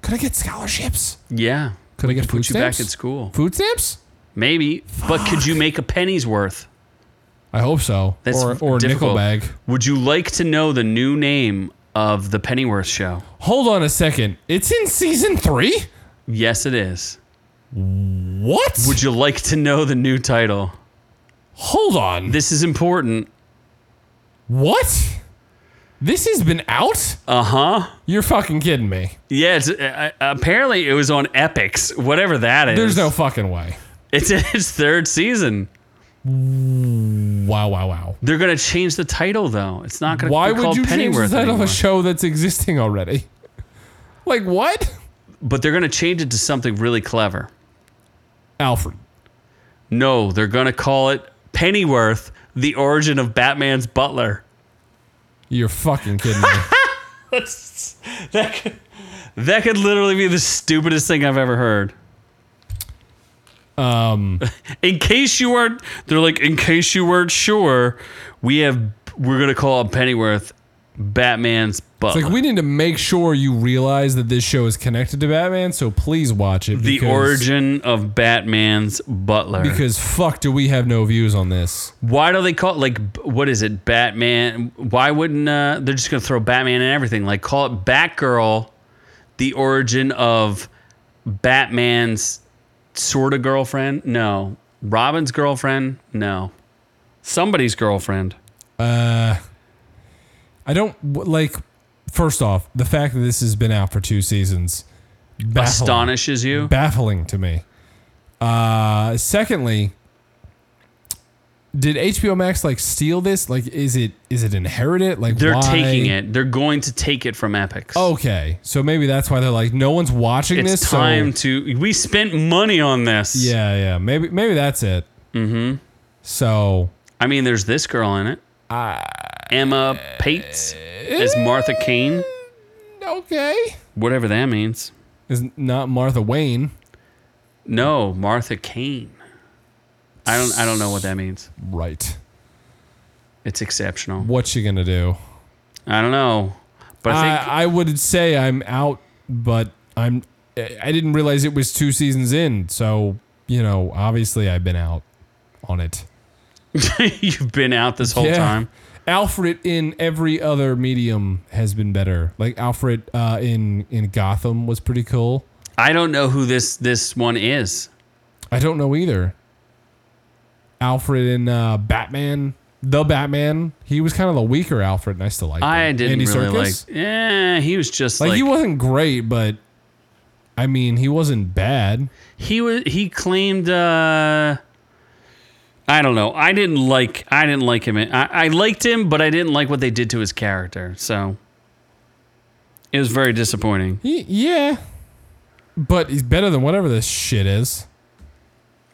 S2: Could I get scholarships?
S1: Yeah.
S2: Could I get food
S1: Put you
S2: stamps?
S1: back at school.
S2: Food stamps?
S1: Maybe. But could you make a penny's worth?
S2: I hope so.
S1: That's
S2: or or nickel
S1: difficult.
S2: bag.
S1: Would you like to know the new name of the Pennyworth show?
S2: Hold on a second. It's in season three.
S1: Yes, it is.
S2: What?
S1: Would you like to know the new title?
S2: Hold on.
S1: This is important.
S2: what? This has been out?
S1: Uh huh.
S2: You're fucking kidding me.
S1: Yeah, it's, uh, uh, apparently it was on Epics, whatever that is.
S2: There's no fucking way.
S1: It's in its third season.
S2: Wow, wow, wow.
S1: They're gonna change the title though. It's not gonna
S2: Why
S1: be
S2: would
S1: called
S2: you change the
S1: Pennyworth
S2: title of
S1: anymore.
S2: a show that's existing already? Like what?
S1: But they're gonna change it to something really clever.
S2: Alfred.
S1: No, they're gonna call it Pennyworth: The Origin of Batman's Butler.
S2: You're fucking kidding me.
S1: That could, that could literally be the stupidest thing I've ever heard. Um, in case you weren't, they're like, in case you weren't sure, we have we're gonna call it Pennyworth Batman's Butler.
S2: Like we need to make sure you realize that this show is connected to Batman, so please watch it.
S1: the
S2: because-
S1: origin of Batman's Butler.
S2: Because fuck, do we have no views on this?
S1: why do they call it like b- what is it batman why wouldn't uh, they're just gonna throw batman and everything like call it batgirl the origin of batman's sort of girlfriend no robin's girlfriend no somebody's girlfriend
S2: I don't w- like. First off, the fact that this has been out for two seasons baffling,
S1: astonishes you
S2: baffling to me. Uh, secondly, did HBO Max like steal this? Like, is it is it inherited? Like,
S1: they're
S2: why?
S1: taking it they're going to take it from epics
S2: Okay, so maybe that's why they're like, no one's watching
S1: it's
S2: this.
S1: time
S2: So,
S1: to we spent money on this
S2: yeah, yeah. Maybe maybe that's it. Mm-hmm. So
S1: i mean there's this girl in it
S2: Uh,
S1: emma pates as martha kane
S2: okay,
S1: whatever that means
S2: is not Martha Wayne.
S1: No, Martha Kane. I don't I don't know what that means.
S2: Right.
S1: It's exceptional.
S2: What's she gonna do?
S1: I don't know. But I think
S2: I, I would say I'm out, but I'm. I didn't realize it was two seasons in, so you know, obviously I've been out on it. Ah.
S1: you've been out this whole time.
S2: Alfred in every other medium has been better. Like Alfred uh, in in Gotham was pretty cool.
S1: I don't know who this this one is.
S2: I don't know either. Alfred in uh, Batman, the Batman, he was kind of the weaker Alfred, and I still liked him.
S1: I didn't
S2: Andy
S1: really
S2: Serkis?
S1: like. Yeah, he was just like,
S2: like he
S1: he was.
S2: wasn't great, but I mean, he wasn't bad.
S1: He claimed. uh I don't know. I didn't like. I didn't like him. I, I liked him, but I didn't like what they did to his character. So it was very disappointing.
S2: Y- yeah. But he's better than whatever this shit is.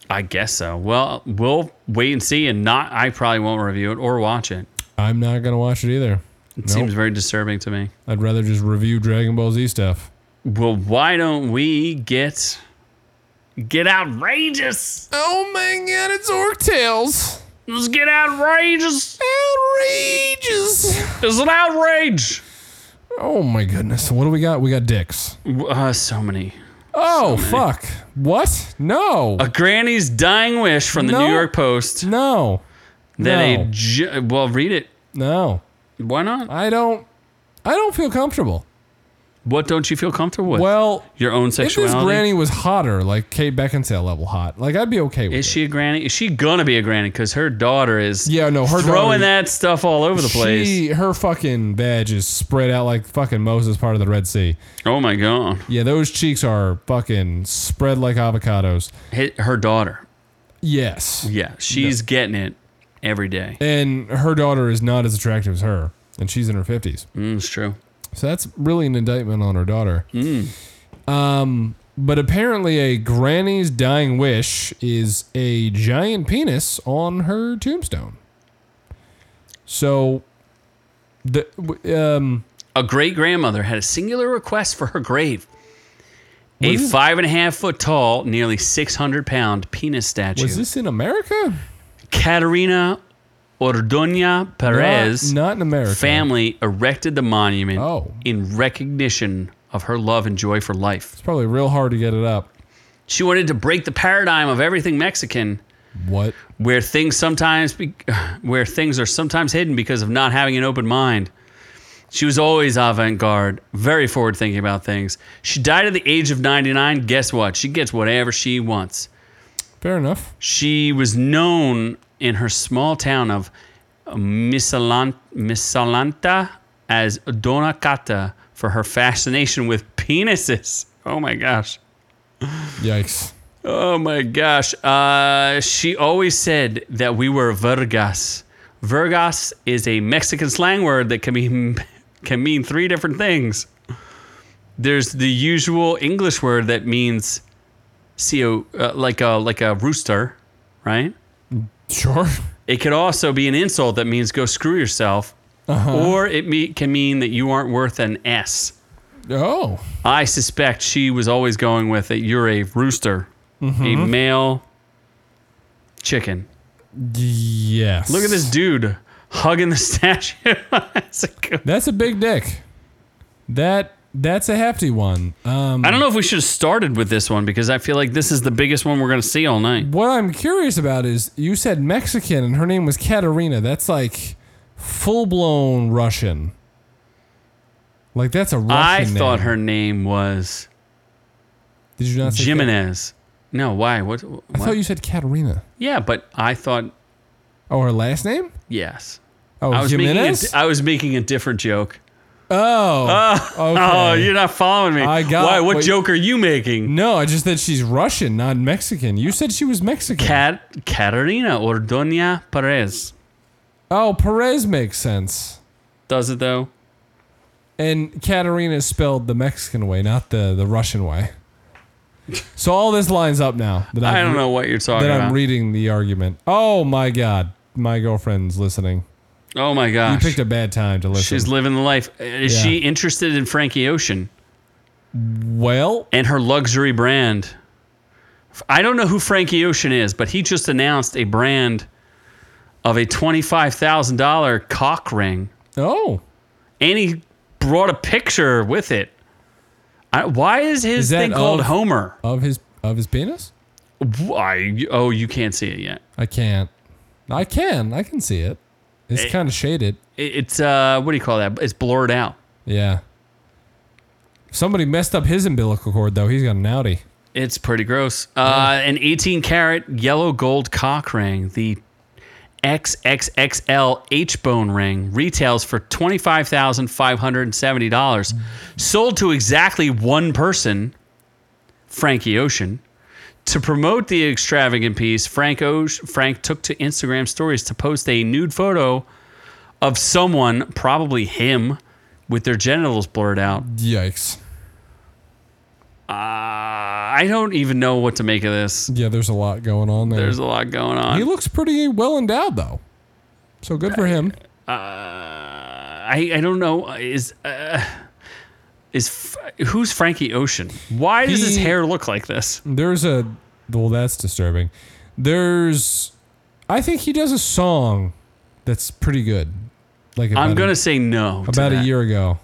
S1: I guess so. Well, we'll wait and see, and not. I probably won't review it or watch it.
S2: I'm not going to watch it either.
S1: It seems very disturbing to me.
S2: I'd rather just review Dragon Ball Z stuff.
S1: Well, why don't we get get outrageous?
S2: Oh my god, it's Orc Tales.
S1: Let's get outrageous.
S2: Outrageous.
S1: It's an outrage.
S2: Oh my goodness. What do we got? We got dicks.
S1: Uh, so many.
S2: Oh, fuck. What? No.
S1: A granny's dying wish from the
S2: No.
S1: New York Post
S2: no.
S1: that
S2: no.
S1: a ju- well, read it.
S2: No.
S1: Why not?
S2: I don't. I don't feel comfortable.
S1: What don't you feel comfortable with?
S2: Well,
S1: Your own
S2: if this
S1: sexuality.
S2: granny was hotter, like Kate Beckinsale level hot, like I'd be okay with
S1: is
S2: it.
S1: she a granny? Is she gonna be a granny? Because her daughter is
S2: Yeah, no, her daughter-
S1: throwing that stuff all over the place.
S2: She, her fucking badge is spread out like fucking Moses part of the Red Sea.
S1: Oh my god,
S2: Yeah, those cheeks are fucking spread like avocados.
S1: Hi- her daughter.
S2: Yes.
S1: Yeah, she's getting it every day.
S2: And her daughter is not as attractive as her, and she's in her 50s.
S1: Mm, it's true.
S2: So that's really an indictment on her daughter. Um,
S1: Mm.
S2: but apparently, a granny's dying wish is a giant penis on her tombstone. So, the w- um,
S1: A great grandmother had a singular request for her grave. a
S2: is-
S1: five and a half foot tall, nearly 600 pound penis statue.
S2: was this in America?
S1: Katerina Ordonia Perez
S2: not in America.
S1: family erected the monument
S2: Oh.
S1: in recognition of her love and joy for life.
S2: It's probably real hard to get it up.
S1: She wanted to break the paradigm of everything Mexican
S2: What?
S1: where things sometimes be, where things are sometimes hidden because of not having an open mind. She was always avant-garde, very forward-thinking about things. She died at the age of 99. Guess what? She gets whatever she wants.
S2: Fair enough.
S1: She was known in her small town of uh, Misalan- Misalanta as Dona Cata for her fascination with penises. Oh my gosh.
S2: Yikes.
S1: Oh my gosh. Uh, she always said that we were vergas. Vergas is a Mexican slang word that can mean, can mean three different things. There's the usual English word that means co uh, like a like a rooster, right?
S2: Sure.
S1: It could also be an insult that means go screw yourself, or it me- can mean that you aren't worth an S.
S2: Oh.
S1: I suspect she was always going with that you're a rooster, a
S2: Mm-hmm.
S1: male chicken.
S2: Yes.
S1: Look at this dude hugging the statue. That's a good-
S2: That's a big dick. That that's a hefty one. Um,
S1: I don't know if we should have started with this one because I feel like this is the biggest one we're going to see all night.
S2: what I'm curious about is you said Mexican and her name was Katerina. That's like full blown Russian. Like that's a
S1: I
S2: Russian name.
S1: thought her name was
S2: Did you not say Kat-
S1: Jimenez. No, why? What?
S2: I
S1: what?
S2: thought you said Katerina.
S1: yeah, but I thought
S2: Oh, her last name?
S1: yes.
S2: Oh,
S1: I was
S2: Jimenez.
S1: making a, I was making a different joke.
S2: oh. okay.
S1: Oh, you're not following me.
S2: I got-
S1: Why? What
S2: wait.
S1: joke are you making?
S2: No, I just said she's Russian, not Mexican. You said she was Mexican.
S1: Cat Katarina Ordonia Perez.
S2: oh, Perez makes sense.
S1: Does it though?
S2: And Katerina is spelled the Mexican way, not the, the Russian way. So all this lines up now. That
S1: I
S2: I'm
S1: don't
S2: re-
S1: know what you're talking
S2: That
S1: about.
S2: I'm reading the argument. Oh my God, my girlfriend's listening.
S1: oh my
S2: You
S1: gosh.
S2: picked a bad time to listen.
S1: She's living the life. Uh, Is
S2: Yeah.
S1: she interested in Frankie Ocean
S2: well,
S1: and her luxury brand? I don't know who Frankie Ocean is, but he just announced a brand of a $25,000 cock ring
S2: oh,
S1: and he brought a picture with it. I, why is his
S2: Is that
S1: thing called
S2: of-
S1: Homer?
S2: of his of his penis?
S1: Why? Oh, you can't see it yet.
S2: I can't. I can. I can see it. It's kind of shaded.
S1: It- It's uh, what do you call that? It's blurred out.
S2: Yeah. Somebody messed up his umbilical cord though. He's got an outie.
S1: It's pretty gross. Uh, an 18 karat yellow gold cock ring, the XXXL H bone ring, retails for $25,570. Sold to exactly one person, Frankie Ocean. To promote the extravagant piece, Frank, Ocean, Frank took to Instagram stories to post a nude photo of someone, probably him, with their genitals blurred out.
S2: Yikes.
S1: Uh, I don't even know what to make of this.
S2: Yeah, there's a lot going on there.
S1: There's a lot going
S2: he
S1: on.
S2: looks pretty well endowed though. So good for him.
S1: I, I don't know. Is uh, is F- who's Frankie Ocean? Why does his
S2: He-
S1: hair look like this?
S2: There's a well, that's disturbing. There's, I think he does a song that's pretty good. Like about
S1: I'm gonna
S2: a,
S1: say no. to
S2: about a
S1: that.
S2: year ago.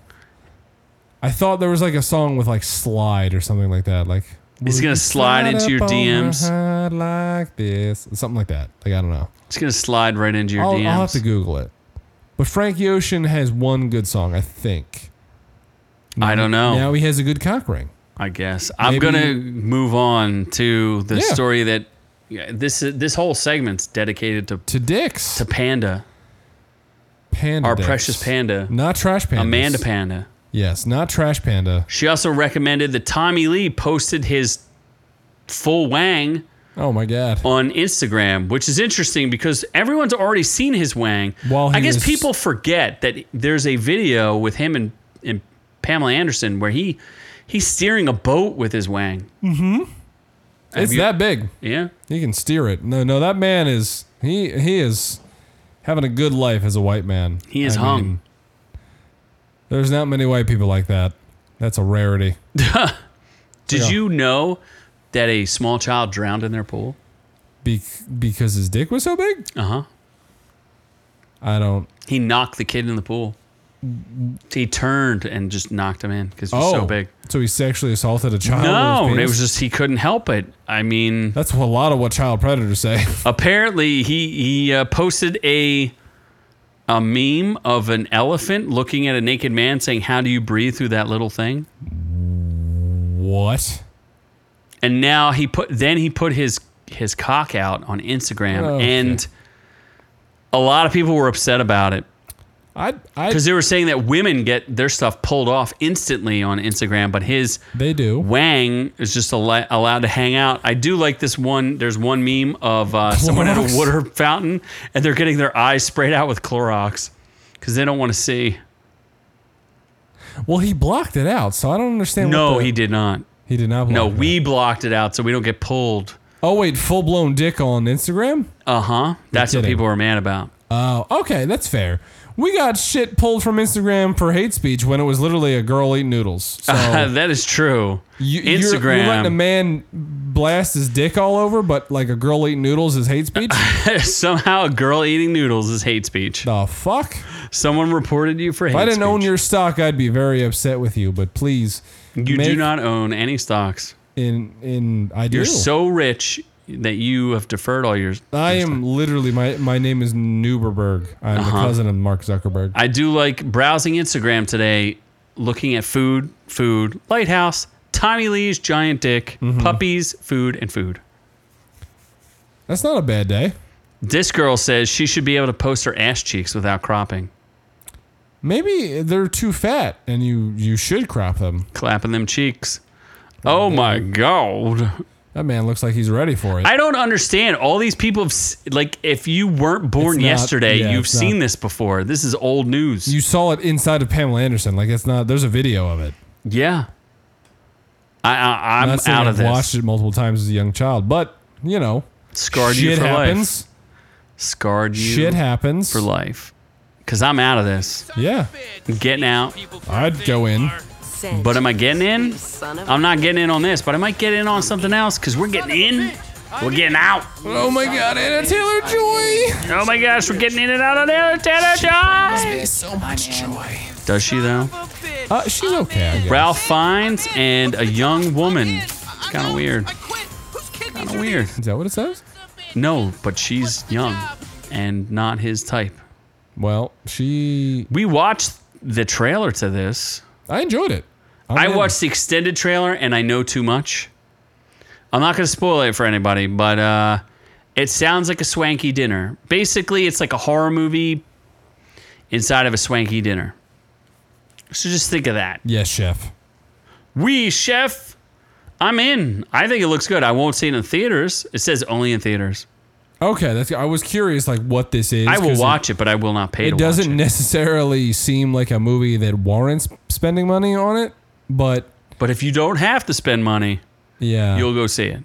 S2: I thought there was like a song with like slide or something like that. Like
S1: He's
S2: "Will
S1: gonna
S2: you
S1: slide into
S2: up
S1: your
S2: on my
S1: DMs?"
S2: heart like this, something like that. Like I don't know.
S1: It's gonna slide right into your
S2: I'll, I'll
S1: DMs.
S2: have to Google it. But Frankie Ocean has one good song, I think.
S1: I don't know.
S2: Now he has a good cock ring.
S1: I guess I'm
S2: Maybe-
S1: gonna move on to the
S2: Yeah.
S1: story that yeah, this this whole segment's dedicated to
S2: To dicks,
S1: to Panda,
S2: panda,
S1: our
S2: dicks.
S1: precious Panda,
S2: not trash panda,
S1: Amanda Panda.
S2: Yes, not trash panda.
S1: She also recommended that Tommy Lee posted his full wang
S2: Oh my god.
S1: on Instagram, which is interesting because everyone's already seen his wang.
S2: While he
S1: I guess
S2: was-
S1: people forget that there's a video with him and, and Pamela Anderson where he he's steering a boat with his wang.
S2: It's
S1: you-
S2: that big.
S1: Yeah.
S2: He can steer it. No, no, that man is he he is having a good life as a white man.
S1: He is
S2: I
S1: hung.
S2: mean, there's not many white people like that. That's a rarity.
S1: Did
S2: Yeah.
S1: you know that a small child drowned in their pool?
S2: Uh-huh. Be- because his dick was so big?
S1: Uh huh.
S2: I don't.
S1: He knocked the kid in the pool. He turned and just knocked him in because he was
S2: Oh,
S1: so big.
S2: So he sexually assaulted a child. with his
S1: No, it
S2: penis?
S1: was just he couldn't help it. I mean,
S2: That's a lot of what child predators say.
S1: apparently he he uh, posted a a meme of an elephant looking at a naked man saying, "How do you breathe through that little thing?"
S2: what?
S1: And now he put then he put his his cock out on Instagram,
S2: Okay.
S1: and a lot of people were upset about it.
S2: I I
S1: because they were saying that women get their stuff pulled off instantly on Instagram, but his
S2: they do.
S1: Wang is just al- allowed to hang out. I do like this one. There's one meme of uh, someone at a
S2: Clorox.
S1: water fountain, and they're getting their eyes sprayed out with Clorox because they don't want to see.
S2: Well, he blocked it out, so I don't understand.
S1: No,
S2: what the-
S1: he did not.
S2: he did not. Block
S1: No,
S2: it out.
S1: we blocked it out so we don't get pulled.
S2: Oh wait, full blown dick on Instagram.
S1: Uh huh. That's what
S2: kidding.
S1: people were mad about.
S2: Oh, okay, that's fair. We got shit pulled from Instagram for hate speech when it was literally a girl eating noodles. So
S1: that is true.
S2: you, you're-
S1: Instagram.
S2: you're, letting a man blast his dick all over, but like a girl eating noodles is hate speech.
S1: somehow a girl eating noodles is hate speech.
S2: the fuck!
S1: Someone reported you for hate
S2: If I didn't
S1: speech.
S2: own your stock, I'd be very upset with you. But please,
S1: You do
S2: make-
S1: not own any stocks.
S2: In in I do.
S1: You're so rich that you have deferred all your.
S2: I am literally my my name is Neuberberg. I'm
S1: Uh-huh.
S2: the cousin of Mark Zuckerberg.
S1: I do like browsing Instagram today, looking at food, food, lighthouse, Tommy Lee's giant dick,
S2: Mm-hmm.
S1: puppies, food, and food.
S2: That's not a bad day.
S1: This girl says she should be able to post her ass cheeks without cropping,
S2: Maybe they're too fat, and you you should crop them.
S1: clapping them cheeks. Oh my god.
S2: That man looks like he's ready for it.
S1: I don't understand. All these people have, s- like, if you weren't born
S2: It's not-
S1: yesterday,
S2: yeah,
S1: you've
S2: it's not-
S1: seen this before. This is old news.
S2: you saw it inside of Pamela Anderson. Like it's not. There's a video of it.
S1: yeah. I, I, I'm
S2: Not saying
S1: out of
S2: I've
S1: this.
S2: Watched it multiple times as a young child, but you know,
S1: scarred you
S2: shit
S1: for life.
S2: happens.
S1: Scarred you
S2: Shit happens.
S1: for life. Cause I'm out of this.
S2: Yeah,
S1: I'm getting out.
S2: I'd go in.
S1: But am I getting in?
S4: Son of
S1: I'm not getting in on this, but I might get in on something else because we're getting in. We're getting out.
S2: Oh my god, Anna Taylor Joy.
S1: Oh my gosh, we're getting in and out on there. Taylor Joy.
S2: So much joy.
S1: Does she though?
S2: Uh, she's okay. I guess.
S1: Ralph Fiennes and a young woman. It's kind of weird. Kind of weird.
S2: Is that what it says?
S1: No, but she's young and not his type.
S2: Well, she.
S1: We watched the trailer to this.
S2: I enjoyed it. I'm
S1: I
S2: in.
S1: watched the extended trailer and I know too much. I'm not going to spoil it for anybody, but uh, it sounds like a swanky dinner. Basically, it's like a horror movie inside of a swanky dinner. So just think of that.
S2: Yes, chef.
S1: We, chef, I'm in. I think it looks good. I won't see it in theaters. It says only in theaters.
S2: Okay, that's. I was curious, like what this is.
S1: I
S2: 'cause
S1: will
S2: it-
S1: watch it, but I will not
S2: It,
S1: pay to watch
S2: doesn't necessarily seem like a movie that warrants spending money on it, but
S1: But if you don't have to spend money,
S2: yeah,
S1: you'll go see it.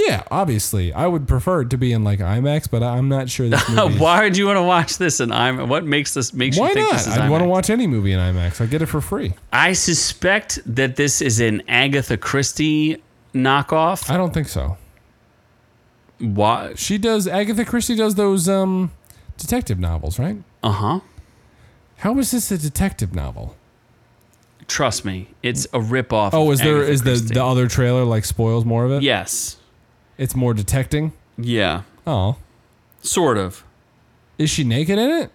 S2: yeah. Obviously, I would prefer it to be in like IMAX, but I- I'm not sure this movie.
S1: Why would you want to watch this? And I'm what makes this makes
S2: Why
S1: you think
S2: not?
S1: this is
S2: I'd want to
S1: IMAX?
S2: watch any movie in IMAX. I get it for free.
S1: I suspect that this is an Agatha Christie knockoff.
S2: I don't think so.
S1: Why?
S2: She does. Agatha Christie does those um, detective novels, right?
S1: Uh huh.
S2: How is this a detective novel?
S1: Trust me, it's a ripoff.
S2: Oh, is
S1: of
S2: there
S1: Agatha
S2: is the,
S1: Christie.
S2: the other trailer like spoils more of it?
S1: yes?
S2: It's more detecting.
S1: Yeah,
S2: Oh.
S1: sort of.
S2: Is she naked in it?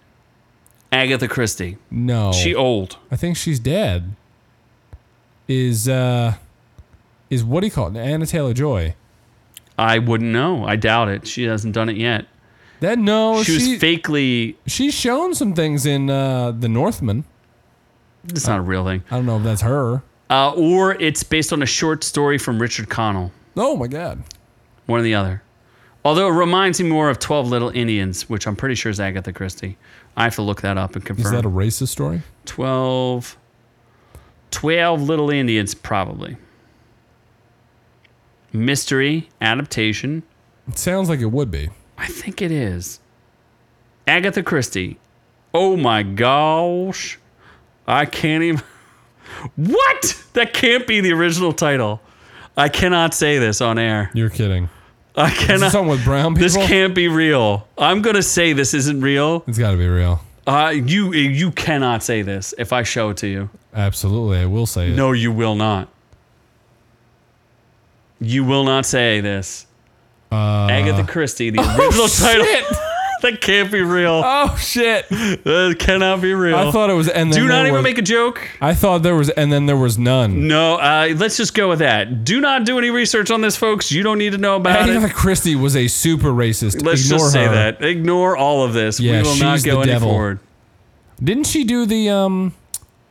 S1: Agatha Christie.
S2: No.
S1: She old.
S2: I think she's dead. Is uh is what do you call it? Anna Taylor Joy.
S1: I wouldn't know. I doubt it. She hasn't done it yet.
S2: That no,
S1: she was
S2: she,
S1: fakely.
S2: she's shown some things in uh The Northman.
S1: It's not a real thing.
S2: I don't know if that's her.
S1: Uh, or it's based on a short story from Richard Connell.
S2: Oh my god.
S1: One or the other. Although it reminds me more of Twelve Little Indians, which I'm pretty sure is Agatha Christie. I have to look that up and confirm.
S2: Is that a racist story?
S1: 12, 12 little Indians, probably. Mystery, adaptation.
S2: It sounds like it would be.
S1: I think it is. Agatha Christie. Oh my gosh. I can't even. What? That can't be the original title. I cannot say this on air.
S2: You're kidding.
S1: I
S2: Is this
S1: cannot.
S2: something with brown people?
S1: This can't be real. I'm gonna say this isn't real.
S2: it's got to be real.
S1: Uh, you you cannot say this if I show it to you.
S2: Absolutely, I will say it.
S1: No, you will not. You will not say this. Agatha Christie, the original title.
S2: Uh, Oh, Shit.
S1: That can't be real.
S2: Oh shit!
S1: That cannot be real.
S2: I thought it was. And then
S1: Do not
S2: there
S1: even
S2: was,
S1: make a joke.
S2: I thought there was, and then there was none.
S1: No, uh, let's just go with that. Do not do any research on this, folks. You don't need to know about
S2: Agatha
S1: it.
S2: Christie was a super racist.
S1: Let's
S2: Ignore
S1: just say
S2: her.
S1: that. Ignore all of this.
S2: Yeah,
S1: we will not
S2: she's the
S1: go any
S2: devil.
S1: forward.
S2: Didn't she do the um?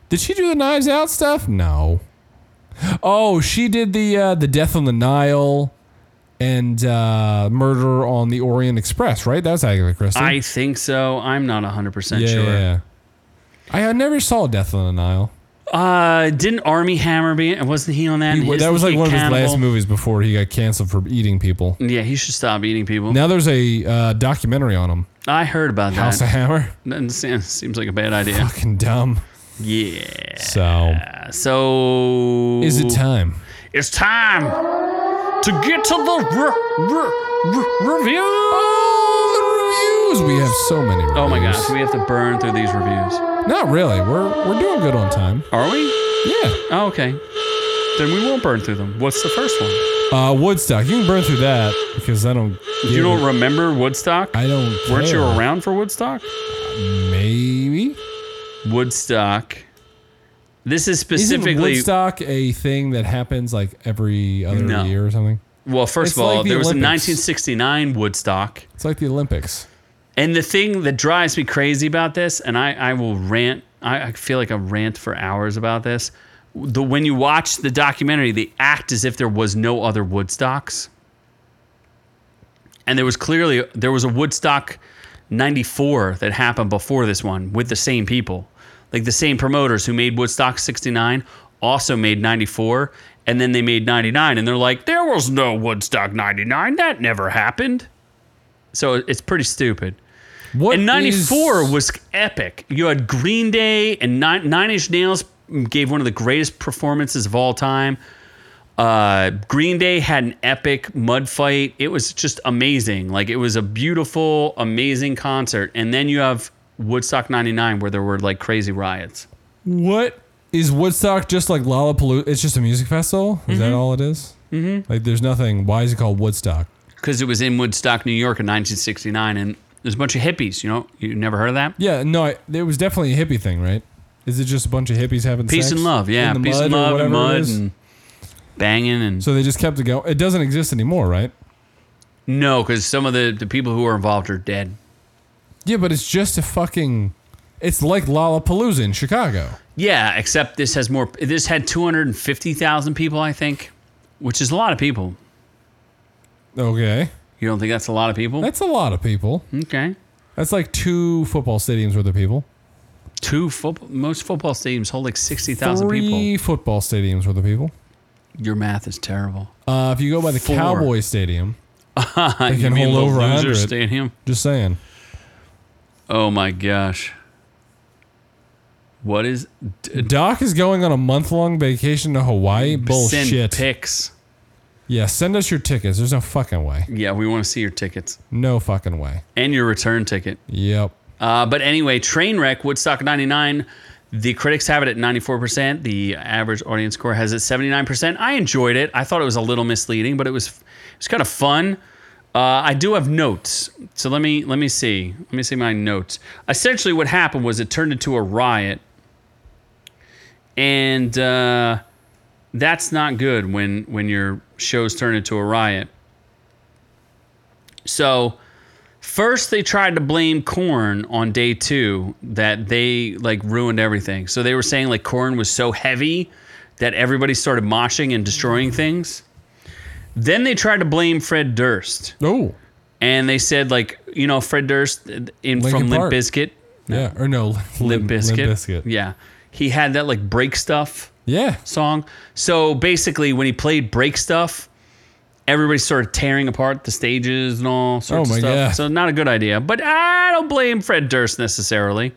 S2: Did she do the Knives Out stuff? No. Oh, she did the uh, the Death on the Nile, and uh, Murder on the Orient Express. Right, that's Agatha Christie.
S1: I think so. I'm not 100%
S2: yeah,
S1: sure.
S2: yeah, yeah. I, I never saw Death on the Nile.
S1: Uh, didn't Army Hammer be? Wasn't he on that?
S2: He-
S1: And
S2: that
S1: isn't
S2: was
S1: he
S2: like
S1: a
S2: one of his
S1: cannibal? Mm.
S2: last movies before he got canceled for eating people.
S1: Yeah, he should stop eating people.
S2: Now there's a uh, documentary on him.
S1: I heard about that.
S2: House of Hammer.
S1: That se- seems like a bad idea.
S2: Fucking dumb.
S1: Yeah.
S2: So
S1: So
S2: is it time?
S1: It's time to get to the re- re- re- review.
S2: Oh, the reviews. We have so many. Reviews.
S1: Oh my gosh, we have to burn through these reviews.
S2: Not really. We're we're doing good on time.
S1: Are we?
S2: Yeah.
S1: Oh, okay. Then we won't burn through them. What's the first one?
S2: Uh, Woodstock. You can burn through that because I don't.
S1: You don't remember Woodstock?
S2: I don't.
S1: Weren't you
S2: care.
S1: around for Woodstock?
S2: Maybe.
S1: Woodstock. This is
S2: Isn't
S1: specifically
S2: Woodstock a thing that happens like every other
S1: No.
S2: year or something?
S1: well. First
S2: It's
S1: of all,
S2: like the
S1: there was a
S2: Olympics.
S1: 1969 Woodstock.
S2: It's like the Olympics.
S1: And the thing that drives me crazy about this, and I, I will rant, I, I feel like I rant for hours about this. The when you watch the documentary, they act as if there was no other Woodstocks. And there was clearly there was a Woodstock 94 that happened before this one with the same people. Like the same promoters who made Woodstock 69 also made 94 and then they made 99 and they're like there was no Woodstock 99 that never happened. So it's pretty stupid.
S2: What
S1: And '94
S2: is-
S1: was epic. You had Green Day and Nine, Nine Inch Nails gave one of the greatest performances of all time. Uh, Green Day had an epic mud fight. It was just amazing. Like it was a beautiful, amazing concert. And then you have Woodstock '99, where there were like crazy riots.
S2: what is Woodstock just like Lollapalooza? It's just a music festival. Is that all it is? Mm-hmm. Like, there's nothing. Why is it called Woodstock?
S1: Because it was in Woodstock, New York, in 1969, and there's a bunch of hippies. You know, you never heard of that?
S2: Yeah, no, I, it was definitely a hippie thing, right? Is it just a bunch of hippies having
S1: Peace
S2: sex
S1: and love, yeah.
S2: in the
S1: Peace
S2: mud
S1: and
S2: or
S1: love, and
S2: whatever it
S1: mud,
S2: is?
S1: and banging, and
S2: so they just kept it going. It doesn't exist anymore, right?
S1: No, because some of the, the people who are involved are dead.
S2: Yeah, but it's just a fucking. It's like Lollapalooza in Chicago.
S1: Yeah, except this has more. This had 250,000 people, I think, which is a lot of people.
S2: Okay,
S1: You don't think that's a lot of people?
S2: that's a lot of people.
S1: okay.
S2: That's like two football stadiums worth of people.
S1: Two football, most football stadiums hold like 60,000
S2: Three
S1: people.
S2: football stadiums worth of people.
S1: Your math is terrible.
S2: Uh, if you go by the
S1: Four.
S2: Cowboy Stadium,
S1: I
S2: can hold over a
S1: loser
S2: hundred.
S1: stadium.
S2: just saying.
S1: Oh my gosh. What is d-
S2: Doc is going on a month long vacation to Hawaii.
S1: send
S2: Bullshit.
S1: picks?
S2: yeah, send us your tickets. There's no fucking way.
S1: Yeah, we want to see your tickets
S2: No fucking way.
S1: and your return ticket.
S2: Yep.
S1: Uh, but anyway, Trainwreck, Woodstock 99. The critics have it at 94%. The average audience score has it 79%. I enjoyed it. I thought it was a little misleading, but it was it was kind of fun. Uh, I do have notes. So let me let me see. Let me see my notes. Essentially what happened was it turned into a riot. And uh, that's not good when when your shows turn into a riot. So First, they tried to blame corn on day two that they like ruined everything. So they were saying like corn was so heavy that everybody started moshing and destroying things. Then they tried to blame Fred Durst,
S2: Oh,
S1: and they said like you know Fred Durst uh, in from Limp
S2: Park.
S1: Bizkit,
S2: yeah. Or no,
S1: Limp Bizkit,
S2: Biscuit.
S1: yeah, he had that like break stuff
S2: Yeah.
S1: song. So basically, when he played break stuff, everybody started tearing apart the stages and all sorts
S2: Oh
S1: of
S2: my
S1: stuff.
S2: God.
S1: So not a good idea. But I don't blame Fred Durst necessarily.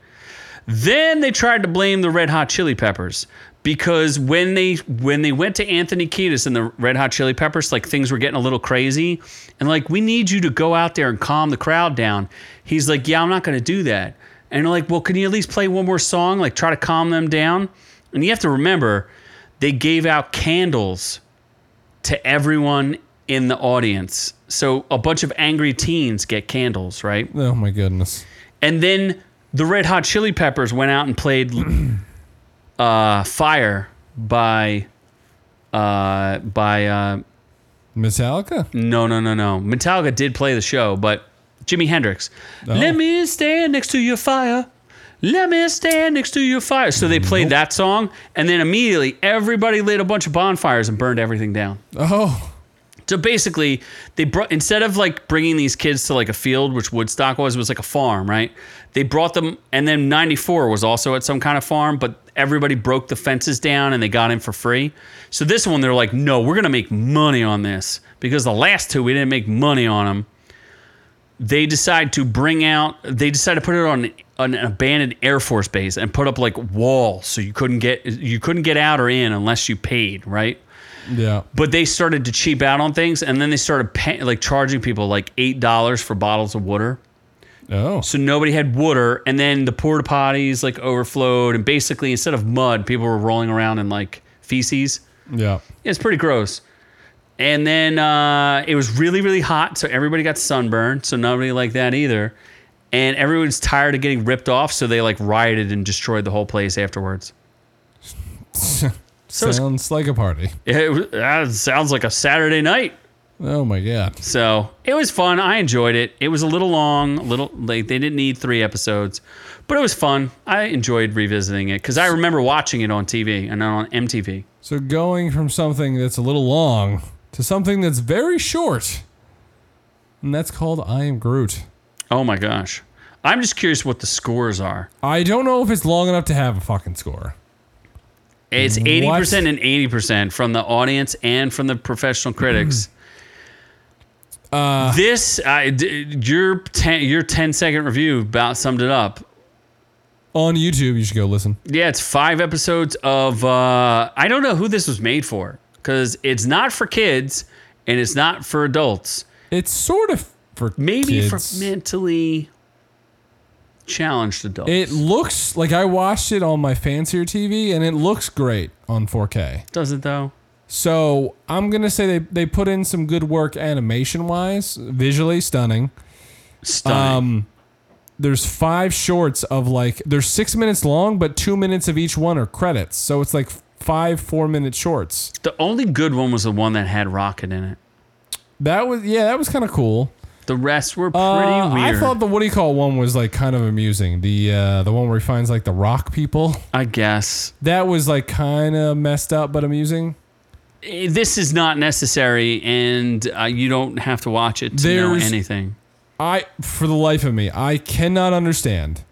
S1: Then they tried to blame the Red Hot Chili Peppers because when they when they went to Anthony Kiedis and the Red Hot Chili Peppers, like things were getting a little crazy, and like we need you to go out there and calm the crowd down. He's like, yeah, I'm not going to do that. And they're like, well, can you at least play one more song, like try to calm them down? And you have to remember, they gave out candles to everyone in the audience. So a bunch of angry teens get candles, right?
S2: Oh my goodness.
S1: And then the Red Hot Chili Peppers went out and played uh, "Fire" by uh, by uh,
S2: Metallica?
S1: no no no no Metallica did play the show, but Jimi Hendrix. Let me stand next to your fire. Let me stand next to your fire. So they played that song, and then immediately everybody lit a bunch of bonfires and burned everything down.
S2: Oh.
S1: So basically, they brought instead of like bringing these kids to like a field, which Woodstock was, it was like a farm, right? They brought them, and then '94 was also at some kind of farm, but everybody broke the fences down and they got in for free. So this one, they're like, no, we're gonna make money on this because the last two we didn't make money on them. They decide to bring out, they decide to put it on an abandoned Air Force base and put up like walls so you couldn't get you couldn't get out or in unless you paid, right?
S2: Yeah.
S1: but they started to cheap out on things and then they started pay, like charging people like eight dollars for bottles of water
S2: Oh.
S1: so nobody had water and then the porta potties like overflowed and basically instead of mud people were rolling around in like feces
S2: Yeah.
S1: it's pretty gross and then uh, it was really really hot so everybody got sunburned so nobody liked that either and everyone's tired of getting ripped off so they like rioted and destroyed the whole place afterwards it's-
S2: Sounds like a party.
S1: it, was- that sounds like a saturday night
S2: Oh my god.
S1: So it was fun. I enjoyed it. It was a little long, a little like they didn't need three episodes, but it was fun. I enjoyed revisiting it because I remember watching it on TV and on MTV.
S2: So going from something that's a little long to something that's very short. And that's called I Am Groot.
S1: Oh my gosh. I'm just curious what the scores are.
S2: I don't know if it's long enough to have a fucking score.
S1: It's 80% and 80% from the audience and from the professional critics. this I d your 10 your 10 second review about summed it up.
S2: On YouTube, you should go listen.
S1: Yeah, it's five episodes of. Uh, I don't know who this was made for because it's not for kids and it's not for adults.
S2: It's sort of for
S1: Maybe
S2: kids.
S1: for mentally challenged adults.
S2: It looks like I watched it on my fancier TV and it looks great on 4K.
S1: Does it though?
S2: So I'm going to say they, they put in some good work animation wise, visually stunning.
S1: Stunning.
S2: Um, There's five shorts of like, they're six minutes long, but two minutes of each one are credits. So it's like five four minute shorts.
S1: the only good one was the one that had Rocket in it.
S2: That was, yeah, that was kind of cool.
S1: The rest were pretty
S2: Uh,
S1: weird.
S2: I thought the what do you call one was like kind of amusing. The uh, the one where he finds like the rock people.
S1: I guess
S2: That was like kind of messed up but amusing.
S1: Eh, this is not necessary, and uh, you don't have to watch it to know
S2: There's-
S1: anything.
S2: I for the life of me, I cannot understand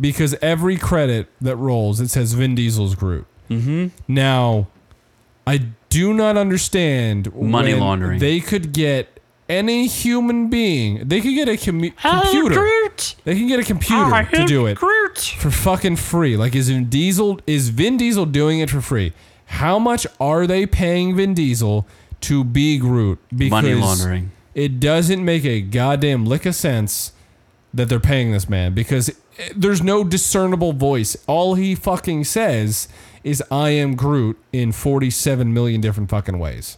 S2: because every credit that rolls it says Vin Diesel's Groot. Mm-hmm. Now, I do not understand
S1: Money
S2: when
S1: laundering.
S2: They could get any human being. They could get a commu- computer. They can get a computer to do it for fucking free. Like is Vin Diesel is Vin Diesel doing it for free? How much are they paying Vin Diesel to be Groot? Because
S1: Money laundering.
S2: It doesn't make a goddamn lick of sense that they're paying this man because eh, there's no discernible voice. All he fucking says is "I am Groot" in 47 million different fucking ways.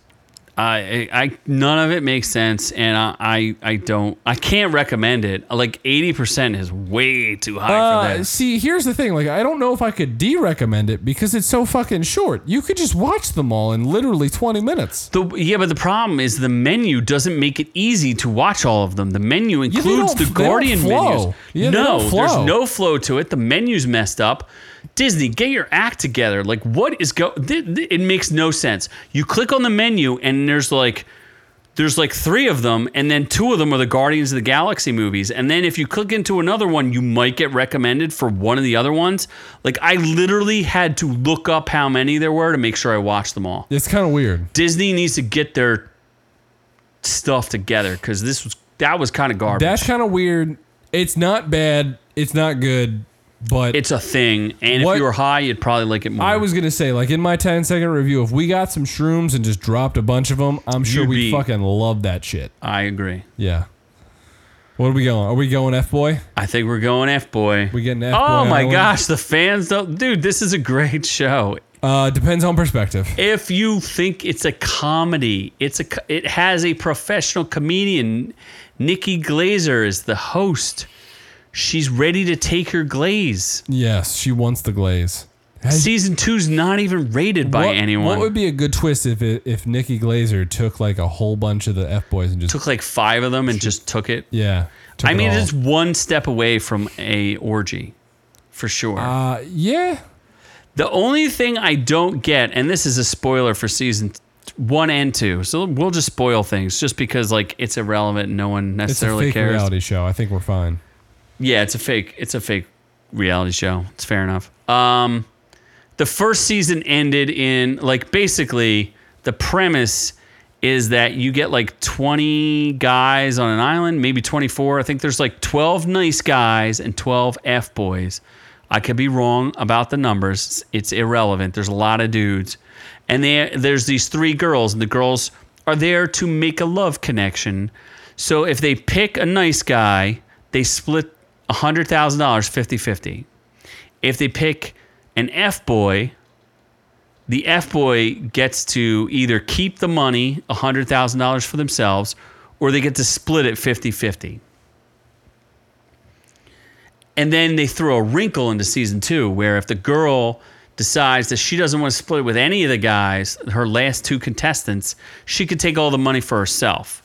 S1: I, I I- none of it makes sense, and I, I I don't I can't recommend it. Like eighty percent is way too high for
S2: Uh,
S1: this.
S2: see, here's the thing. Like, I don't know if I could de-recommend it because it's so fucking short. You could just watch them all in literally 20 minutes.
S1: The, yeah, but the problem is the menu doesn't make it easy to watch all of them. The menu
S2: they
S1: includes
S2: don't- they
S1: the
S2: don't
S1: Guardian
S2: flow.
S1: menus.
S2: Yeah, they
S1: no,
S2: don't
S1: there's
S2: flow.
S1: no flow to it. The menu's messed up. Disney, get your act together. Like, what is go? Th- th- it makes no sense. You click on the menu, and there's like there's like three of them, and then two of them are the Guardians of the Galaxy movies. And then if you click into another one, you might get recommended for one of the other ones. Like I literally had to look up how many there were to make sure I watched them all.
S2: It's kind of weird.
S1: Disney needs to get their stuff together because this was that was kind of garbage.
S2: That's kind of weird. It's not bad. It's not good. But
S1: It's a thing, and
S2: What-
S1: if you were high, you'd probably like it more.
S2: I was gonna say, like in my 10 second review, if we got some shrooms and just dropped a bunch of them, I'm sure
S1: You'd
S2: we
S1: be-
S2: would fucking love that shit.
S1: I agree.
S2: Yeah. What are we going? Are we going F boy?
S1: I think we're going F boy.
S2: We getting F boy?
S1: Oh my gosh, the fans don't. Dude, this is a great show.
S2: Uh, depends on perspective.
S1: If you think it's a comedy, it's a co- it has a professional comedian. Nikki Glazer is the host. She's ready to take her glaze.
S2: Yes, she wants the glaze. Has-
S1: Season two's not even rated by
S2: what,
S1: anyone.
S2: What would be a good twist if it, if Nikki Glazer took like a whole bunch of the F boys and just
S1: took like five of them and just took it.
S2: yeah? took
S1: I
S2: it
S1: mean,
S2: all.
S1: it's one step away from a orgy, for sure.
S2: uh, yeah.
S1: The only thing I don't get, and this is a spoiler for season t- one and two, so we'll just spoil things just because like it's irrelevant and no one
S2: It's a
S1: necessarily
S2: fake
S1: cares.
S2: reality show. I think we're fine.
S1: Yeah, it's a fake. It's a fake reality show. It's fair enough. Um, the first season ended in like basically the premise is that you get like 20 guys on an island, maybe 24. I think there's like 12 nice guys and 12 f boys. I could be wrong about the numbers. It's irrelevant. There's a lot of dudes, and there there's these three girls, and the girls are there to make a love connection. So if they pick a nice guy, they split $100,000 50 50. If they pick an F boy, the F boy gets to either keep the money, $100,000 for themselves, or they get to split it 50 50. And then they throw a wrinkle into season two where if the girl decides that she doesn't want to split it with any of the guys, her last two contestants, she could take all the money for herself.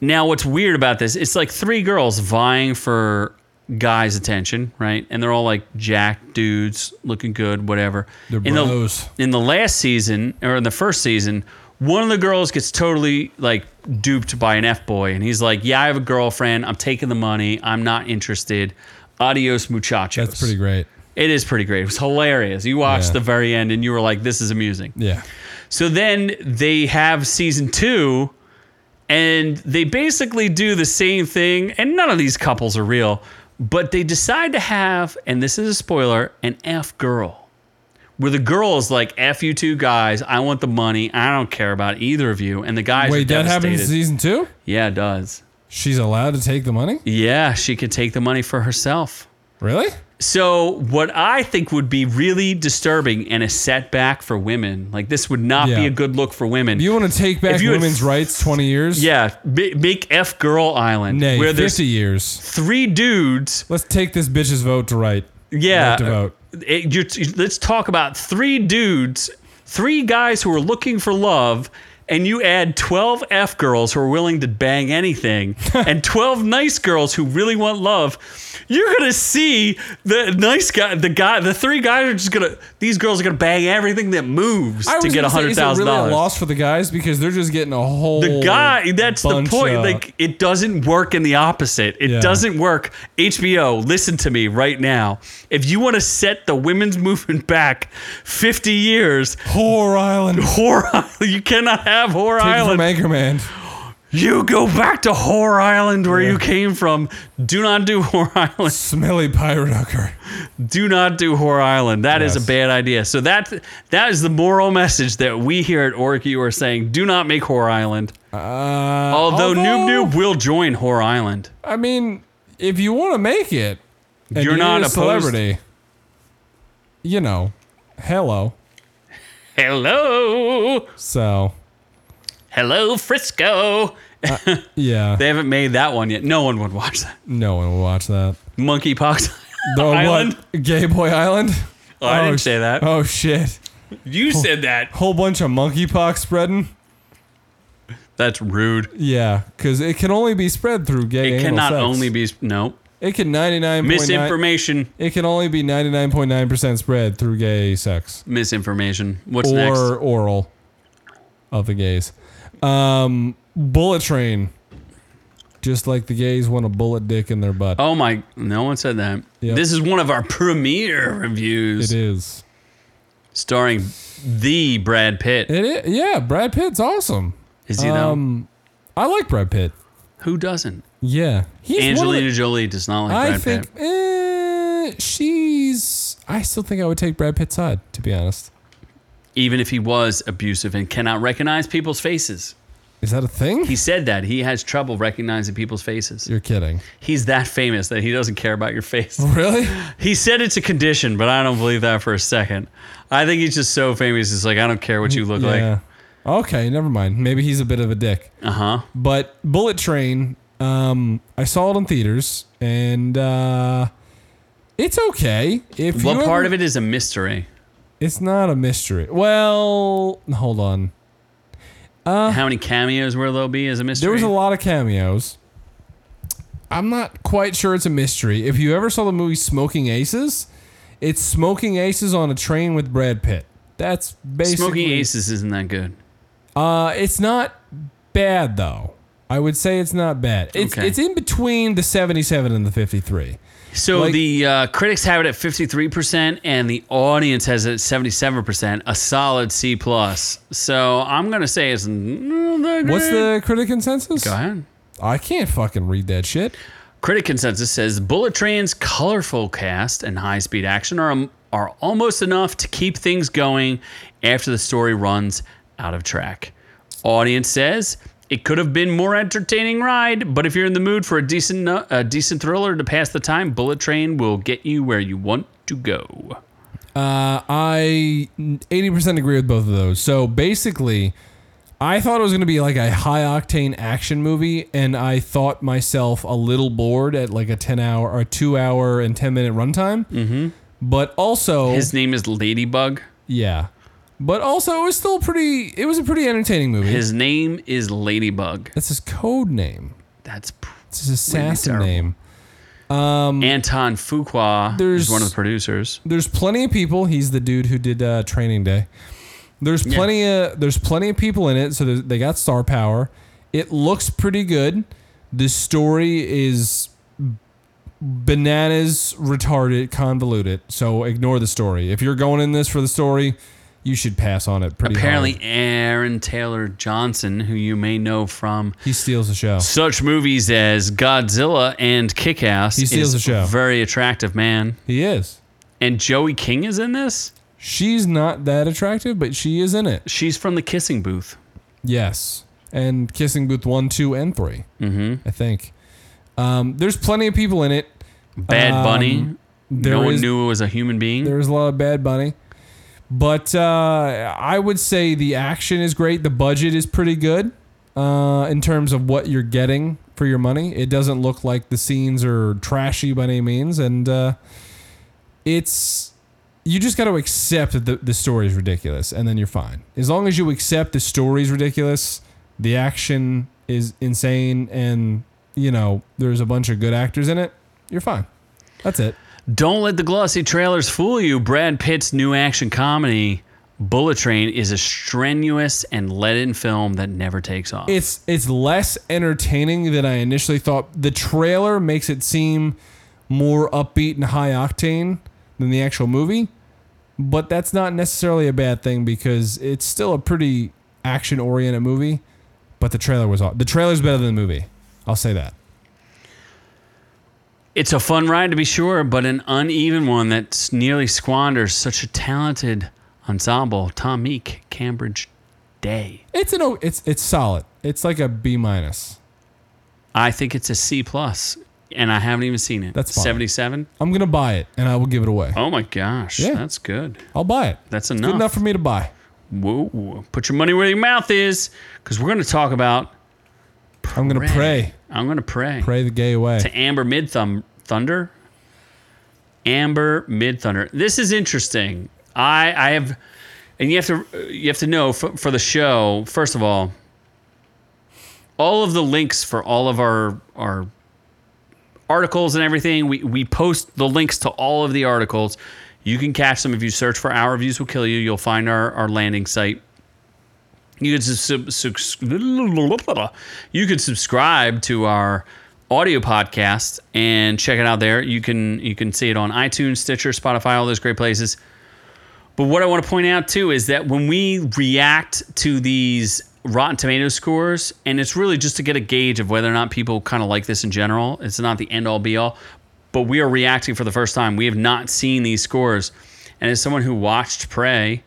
S1: Now, what's weird about this, it's like three girls vying for guys' attention, right? And they're all like jacked dudes, looking good, whatever.
S2: They're
S1: In the-
S2: bros.
S1: in the last season or in the first season, one of the girls gets totally like duped by an F boy, and he's like, "Yeah, I have a girlfriend. I'm taking the money. I'm not interested. Adios, muchachos."
S2: That's pretty great.
S1: It is pretty great. It was hilarious. You watched
S2: Yeah.
S1: the very end, and you were like, "This is amusing."
S2: Yeah.
S1: So then they have season two, and they basically do the same thing. And none of these couples are real, but they decide to have, and this is a spoiler, an F girl, where the girl is like, "F you two guys, I want the money. I don't care about either of you." And the guys are
S2: Wait, that
S1: devastated.
S2: happens in season two.
S1: yeah, it does.
S2: She's allowed to take the money.
S1: Yeah, she could take the money for herself.
S2: Really?
S1: So, what I think would be really disturbing and a setback for women, like this would not be
S2: Yeah.
S1: a good look for women.
S2: You want to take back
S1: If you had
S2: women's
S1: f-
S2: rights 20 years?
S1: Yeah, ma- make F Girl Island
S2: Nay,
S1: where there's
S2: 50 years.
S1: three dudes.
S2: Let's take this bitch's vote to right.
S1: Yeah,
S2: Right to vote.
S1: it- you- you- let's talk about three dudes, three guys who are looking for love, and you add twelve F girls who are willing to bang anything, and twelve nice girls who really want love. You're gonna see the nice guy, the guy, the three guys are just gonna. These girls are gonna bang everything that moves
S2: I
S1: to
S2: was
S1: get
S2: gonna say,
S1: hundred
S2: is it really
S1: thousand
S2: a
S1: dollars.
S2: loss for the guys because they're just getting a whole
S1: the guy that's the
S2: bunch
S1: point
S2: of-
S1: like it doesn't work in the opposite it
S2: Yeah.
S1: doesn't work hbo listen to me right now if you want to set the women's movement back 50 years
S2: Whore Island. Take
S1: whore island you cannot have whore
S2: it
S1: island
S2: From Anchorman.
S1: you go back to whore island where you came from do not do whore island
S2: Smelly pirate hooker.
S1: do not do whore island That is
S2: Yes.
S1: a bad idea so that that is the moral message that we here at orky are saying do not make whore island
S2: Uh,
S1: although, noob noob will join whore island
S2: I mean, if you want to make it, and you're,
S1: You're not
S2: not a
S1: opposed-
S2: celebrity. You know, hello.
S1: Hello,
S2: So
S1: hello, Frisco.
S2: yeah,
S1: They haven't made that one yet. No one would watch that.
S2: no one will watch that.
S1: Monkeypox.
S2: The what?
S1: Island?
S2: Gay Boy Island?
S1: Oh, I didn't
S2: sh-
S1: say that.
S2: Oh shit!
S1: You said that.
S2: Whole bunch of monkeypox spreading.
S1: That's rude.
S2: Yeah, because it can only be spread through gay.
S1: It
S2: anal
S1: cannot
S2: sex.
S1: only be no
S2: It can ninety nine
S1: misinformation.
S2: It can only be ninety nine point nine percent spread through gay sex
S1: Misinformation. What's
S2: or
S1: next?
S2: oral of the gays. Um, bullet train. Just like the gays want a bullet dick in their butt.
S1: Oh my! No one said that.
S2: Yep.
S1: This is one of our premiere
S2: It
S1: reviews,
S2: is.
S1: starring the Brad Pitt.
S2: It is. Yeah, Brad Pitt's awesome.
S1: Is he
S2: Um, I like Brad Pitt.
S1: though? Who doesn't?
S2: Yeah, he's one of the-
S1: Angelina Jolie does not like
S2: I
S1: Brad
S2: think
S1: Pitt.
S2: eh, eh, she's. I still think I would take Brad Pitt's side, to be honest.
S1: even if he was abusive and cannot recognize people's faces.
S2: Is that a thing?
S1: He said that he has trouble recognizing people's faces.
S2: You're kidding.
S1: He's that famous that he doesn't care about your face.
S2: Really?
S1: He said it's a condition, but I don't believe that for a second. I think he's just so famous. It's like I don't care what you look
S2: yeah. Okay, never mind. Maybe he's a bit of a dick.
S1: like. Uh huh.
S2: But Bullet Train, um, I saw it in theaters, and uh, it's okay. If
S1: What
S2: you
S1: part
S2: ever-
S1: of it is a mystery?
S2: It's not a mystery. Well, hold on.
S1: How many cameos will there be is a
S2: Uh,
S1: mystery.
S2: There was a lot of cameos. I'm not quite sure it's a mystery. If you ever saw the movie Smoking Aces, it's Smoking Aces on a train with Brad Pitt. That's basically
S1: Smoking Aces isn't that good.
S2: Uh, it's not bad though. I would say it's not bad. It's
S1: Okay.
S2: it's in between the 77 and the 53.
S1: So
S2: Like-
S1: the uh, critics have it at 53% and the audience has it at 77%, a solid C plus. So I'm going to say it's not that
S2: What's
S1: great.
S2: the critic consensus?
S1: Eh. Go ahead.
S2: I can't fucking read that shit.
S1: Critic consensus says Bullet Train's colorful cast and high speed action are, um, are almost enough to keep things going after the story runs out of track. Audience says it could have been more entertaining ride, but if you're in the mood for a decent nu- a decent thriller to pass the time, Bullet Train will get you where you want to go.
S2: Uh, I 80% agree with both of those. So basically, I thought it was going to be like a high octane action movie, and I thought myself a little bored at like a 10 hour or 2 hour and 10 minute runtime. Mm-hmm. But also,
S1: His name is Ladybug.
S2: yeah. But also, it was still pretty, it was a pretty entertaining movie.
S1: His name is Ladybug.
S2: That's his code name.
S1: That's pr-
S2: It's his
S1: Really
S2: assassin
S1: terrible.
S2: name.
S1: Anton Fuqua. There's
S2: There's-
S1: one of the producers.
S2: There's plenty of people. He's the dude who did uh, Training Day. There's plenty of there's plenty of people in it, so there's- they got star power. It looks pretty good. The story is bananas, retarded, convoluted. So ignore the story. If you're going in this for the story, you should pass on it. Pretty
S1: Apparently,
S2: hard.
S1: Aaron Taylor Johnson, who you may know from
S2: he steals the show.
S1: such movies as Godzilla and Kick Ass,
S2: He steals
S1: is
S2: the show.
S1: a very attractive man.
S2: He is.
S1: And Joey King is in this.
S2: She's not that attractive, but she is in it.
S1: She's from the kissing booth.
S2: Yes. And Kissing Booth 1, 2, and 3. Mm-hmm. I think. Um, there's plenty of people in it.
S1: Bad
S2: Um,
S1: Bunny.
S2: there
S1: no one
S2: is-
S1: knew it was a human being.
S2: There's a lot of Bad Bunny. But uh, I would say the action is great. The budget is pretty good uh, in terms of what you're getting for your money. It doesn't look like the scenes are trashy by any means. And uh, it's. You just got to accept that the, the story is ridiculous, and then you're fine. As long as you accept the story is ridiculous, the action is insane, and, you know, there's a bunch of good actors in it, you're fine. That's it.
S1: Don't let the glossy trailers fool you. Brad Pitt's new action comedy, Bullet Train, is a strenuous and let in film that never takes off.
S2: it's it's less entertaining than I initially thought. The trailer makes it seem more upbeat and high octane than the actual movie, but that's not necessarily a bad thing because it's still a pretty action oriented movie. But the trailer was aw- the trailer's better than the movie. I'll say that.
S1: It's a fun ride to be sure, but an uneven one that s- nearly squanders such a talented ensemble. Tom Meek, Cambridge Day.
S2: It's an o- it's it's solid. It's like a B minus.
S1: I think it's a C plus, and I haven't even seen it.
S2: That's fine.
S1: seventy-seven.
S2: I'm gonna buy it and I will give it away.
S1: Oh my gosh,
S2: Yeah.
S1: that's good.
S2: I'll buy it.
S1: That's
S2: Good
S1: enough.
S2: enough for me to buy.
S1: Whoa! Put your money where your mouth is, because we're going to talk about.
S2: I'm gonna pray,
S1: I'm going to pray.
S2: pray the gay away.
S1: to Amber Mid Thum Thunder. Amber Mid Thunder. This is interesting. I I have, and you have to you have to know for, for the show. First of all, all of the links for all of our our articles and everything. We we post the links to all of the articles. You can catch them if you search for "Our Reviews Will Kill You." You'll find our our landing site. You could sub- sub- you could subscribe to our audio podcast and check it out there. You can you can see it on iTunes, Stitcher, Spotify, all those great places. But what I want to point out too is that when we react to these Rotten Tomato scores, and it's really just to get a gauge of whether or not people kind of like this in general. It's not the end all be all. but we are reacting for the first time. We have not seen these scores. And as someone who watched Prey,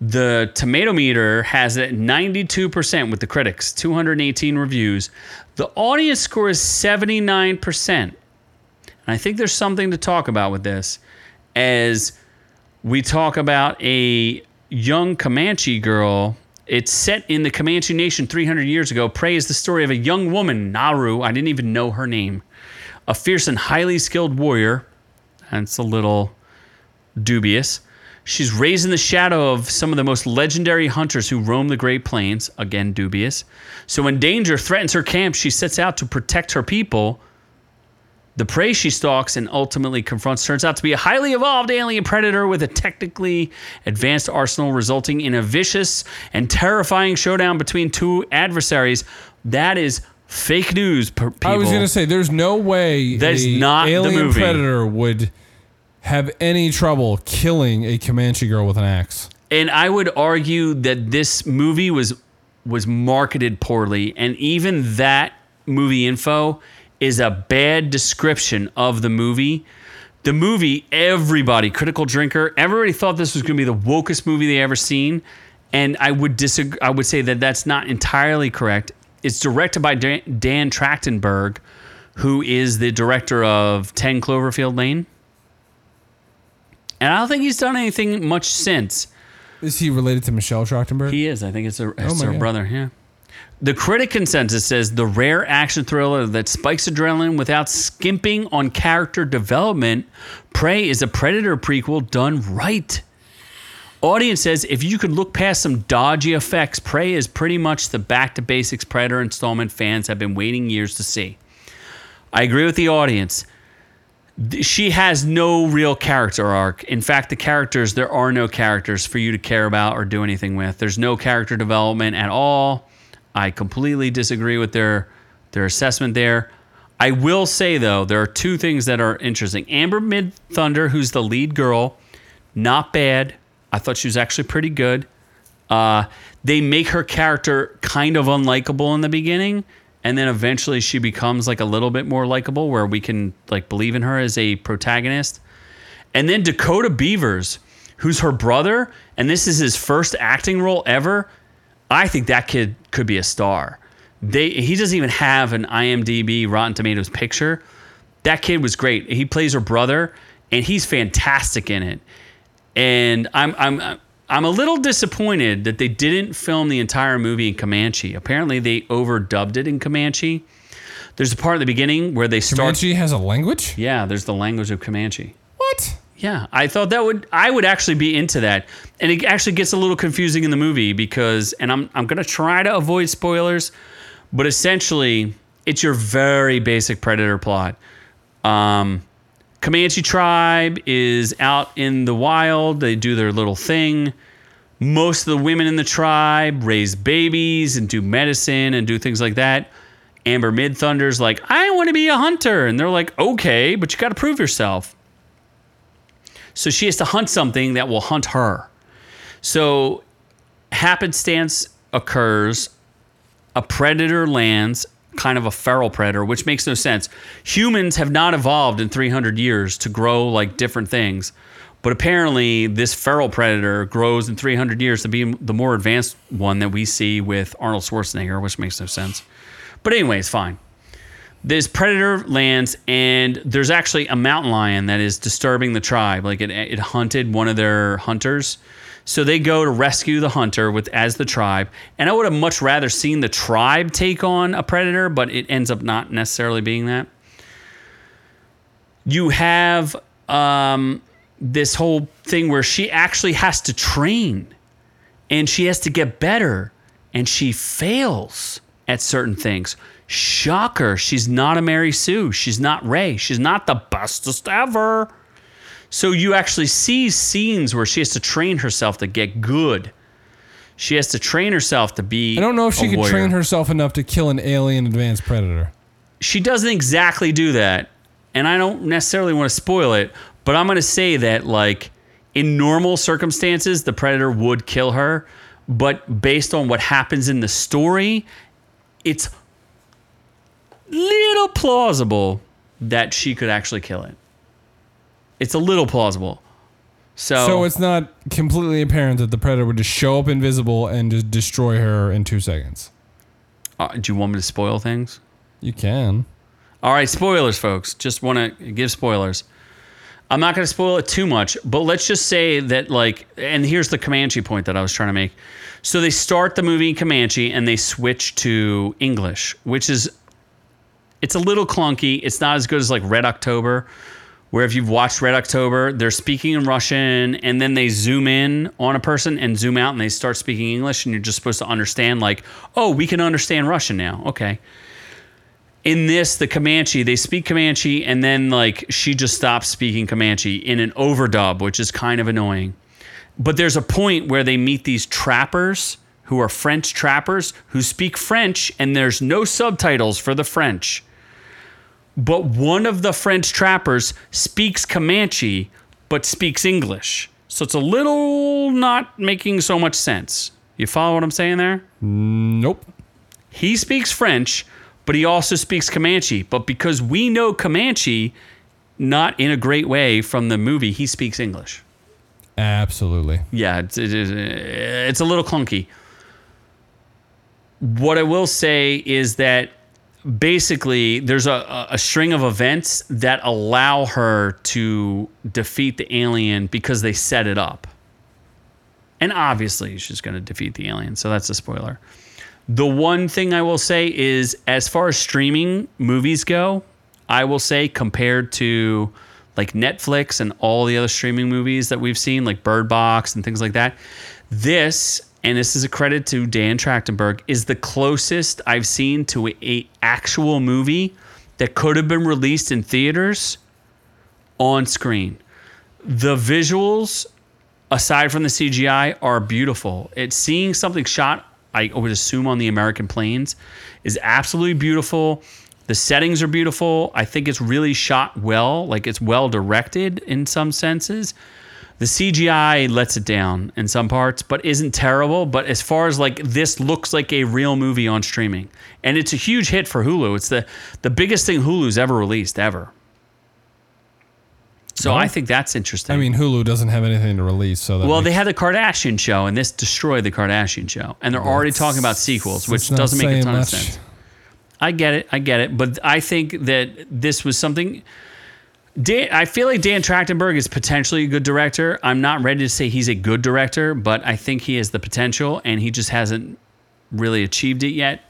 S1: the tomato meter has it at 92% with the critics, 218 reviews. The audience score is 79%. And I think there's something to talk about with this as we talk about a young Comanche girl. It's set in the Comanche Nation 300 years ago. Prey is the story of a young woman, Naru. I didn't even know her name. A fierce and highly skilled warrior. That's a little dubious. She's raised in the shadow of some of the most legendary hunters who roam the Great Plains. Again, dubious. So when danger threatens her camp, she sets out to protect her people. The prey she stalks and ultimately confronts turns out to be a highly evolved alien predator with a technically advanced arsenal, resulting in a vicious and terrifying showdown between two adversaries. That is fake news, per- people.
S2: I was gonna say there's no way
S1: That is
S2: a
S1: not the
S2: alien
S1: movie.
S2: predator would have any trouble killing a Comanche girl with an axe.
S1: and I would argue that this movie was was marketed poorly, and even that movie info is a bad description of the movie. The movie, everybody, critical drinker, everybody thought this was going to be the wokest movie they ever seen, and I would disagree. I would say that that's not entirely correct. It's directed by Dan, Dan Trachtenberg, who is the director of Ten Cloverfield Lane, and I don't think he's done anything much since.
S2: Is he related to Michelle Trachtenberg?
S1: He is. I think it's her,
S2: Oh
S1: it's
S2: my
S1: her
S2: God.
S1: brother. Yeah. The critic consensus says the rare action thriller that spikes adrenaline without skimping on character development, Prey is a Predator prequel done right. Audience says if you could look past some dodgy effects, Prey is pretty much the back to basics Predator installment fans have been waiting years to see. I agree with the audience she has no real character arc. In fact, the characters, there are no characters for you to care about or do anything with. There's no character development at all. I completely disagree with their their assessment there. I will say though, there are two things that are interesting. Amber Mid Thunder, who's the lead girl, not bad. I thought she was actually pretty good. Uh, they make her character kind of unlikable in the beginning, and then eventually she becomes like a little bit more likable, where we can like believe in her as a protagonist. And then Dakota Beavers, who's her brother, and this is his first acting role ever. I think that kid could be a star. They he doesn't even have an IMDb Rotten Tomatoes picture. That kid was great. He plays her brother, and he's fantastic in it and I'm I'm I'm a little disappointed that they didn't film the entire movie in Comanche. Apparently, they overdubbed it in Comanche. There's a part at the beginning where they start.
S2: Comanche has a language.
S1: Yeah, there's the language of Comanche.
S2: What?
S1: Yeah, I thought that would I would actually be into that, and it actually gets a little confusing in the movie because, and I'm I'm gonna try to avoid spoilers, but essentially it's your very basic predator plot. Um, Comanche tribe is out in the wild. They do their little thing. Most of the women in the tribe raise babies and do medicine and do things like that. Amber Mid Thunder's like, I want to be a hunter. And they're like, okay, but you got to prove yourself. So she has to hunt something that will hunt her. So happenstance occurs, a predator lands, kind of a feral predator, which makes no sense. Humans have not evolved in 300 years to grow like different things. But apparently, this feral predator grows in 300 years to be the more advanced one that we see with Arnold Schwarzenegger, which makes no sense. But anyway, it's fine this predator lands and there's actually a mountain lion that is disturbing the tribe like it, it hunted one of their hunters so they go to rescue the hunter with as the tribe and i would have much rather seen the tribe take on a predator but it ends up not necessarily being that you have um, this whole thing where she actually has to train and she has to get better and she fails at certain things. Shocker, she's not a Mary Sue. She's not Ray. She's not the bestest ever. So you actually see scenes where she has to train herself to get good. She has to train herself to be.
S2: I don't know if she
S1: a
S2: could
S1: warrior.
S2: train herself enough to kill an alien advanced predator.
S1: she doesn't exactly do that and i don't necessarily want to spoil it but i'm going to say that like in normal circumstances the predator would kill her but based on what happens in the story it's little plausible that she could actually kill it. It's a little plausible. So,
S2: So it's not completely apparent that the predator would just show up invisible and just destroy her in two seconds.
S1: uh, do you want me to spoil things?
S2: You can.
S1: All right, spoilers, folks. Just want to give spoilers. I'm not going to spoil it too much, but let's just say that, like, and here's the Comanche point that I was trying to make. So they start the movie in Comanche and they switch to English, which is, it's a little clunky. It's not as good as like Red October, where if you've watched Red October, they're speaking in Russian and then they zoom in on a person and zoom out and they start speaking English and you're just supposed to understand, like, oh, we can understand Russian now. Okay in this the comanche they speak comanche and then like she just stops speaking comanche in an overdub which is kind of annoying but there's a point where they meet these trappers who are french trappers who speak french and there's no subtitles for the french but one of the french trappers speaks comanche but speaks english so it's a little not making so much sense you follow what i'm saying there
S2: Nope.
S1: he speaks French, but he also speaks Comanche. But because we know Comanche, not in a great way from the movie, he speaks English.
S2: Absolutely.
S1: Yeah, it's, it is, uh, it's a little clunky. What I will say is that basically there's a, a string of events that allow her to defeat the alien because they set it up. And obviously, she's going to defeat the alien. So that's a spoiler. The one thing I will say is, as far as streaming movies go, I will say compared to like Netflix and all the other streaming movies that we've seen, like Bird Box and things like that, this and this is a credit to Dan Trachtenberg is the closest I've seen to a, a actual movie that could have been released in theaters on screen. The visuals aside from the CGI, are beautiful. It's seeing something shot, I would assume, on the American plains is absolutely beautiful. The settings are beautiful. I think it's really shot well, like it's well directed in some senses. The CGI lets it down in some parts, but isn't terrible. But as far as like this looks like a real movie on streaming, and it's a huge hit for Hulu. It's the the biggest thing Hulu's ever released ever. So I think that's interesting.
S2: I mean, Hulu doesn't have anything to release, so that
S1: Well,
S2: makes-
S1: they had the Kardashian show, and this destroyed the Kardashian show, and they're already talking about sequels,
S2: that's
S1: which
S2: not
S1: doesn't make a
S2: saying
S1: ton
S2: much.
S1: of sense. I get it, I get it, but I think that this was something. Dan, I feel like Dan Trachtenberg is potentially a good director. I'm not ready to say he's a good director, but I think he has the potential, and he just hasn't really achieved it yet.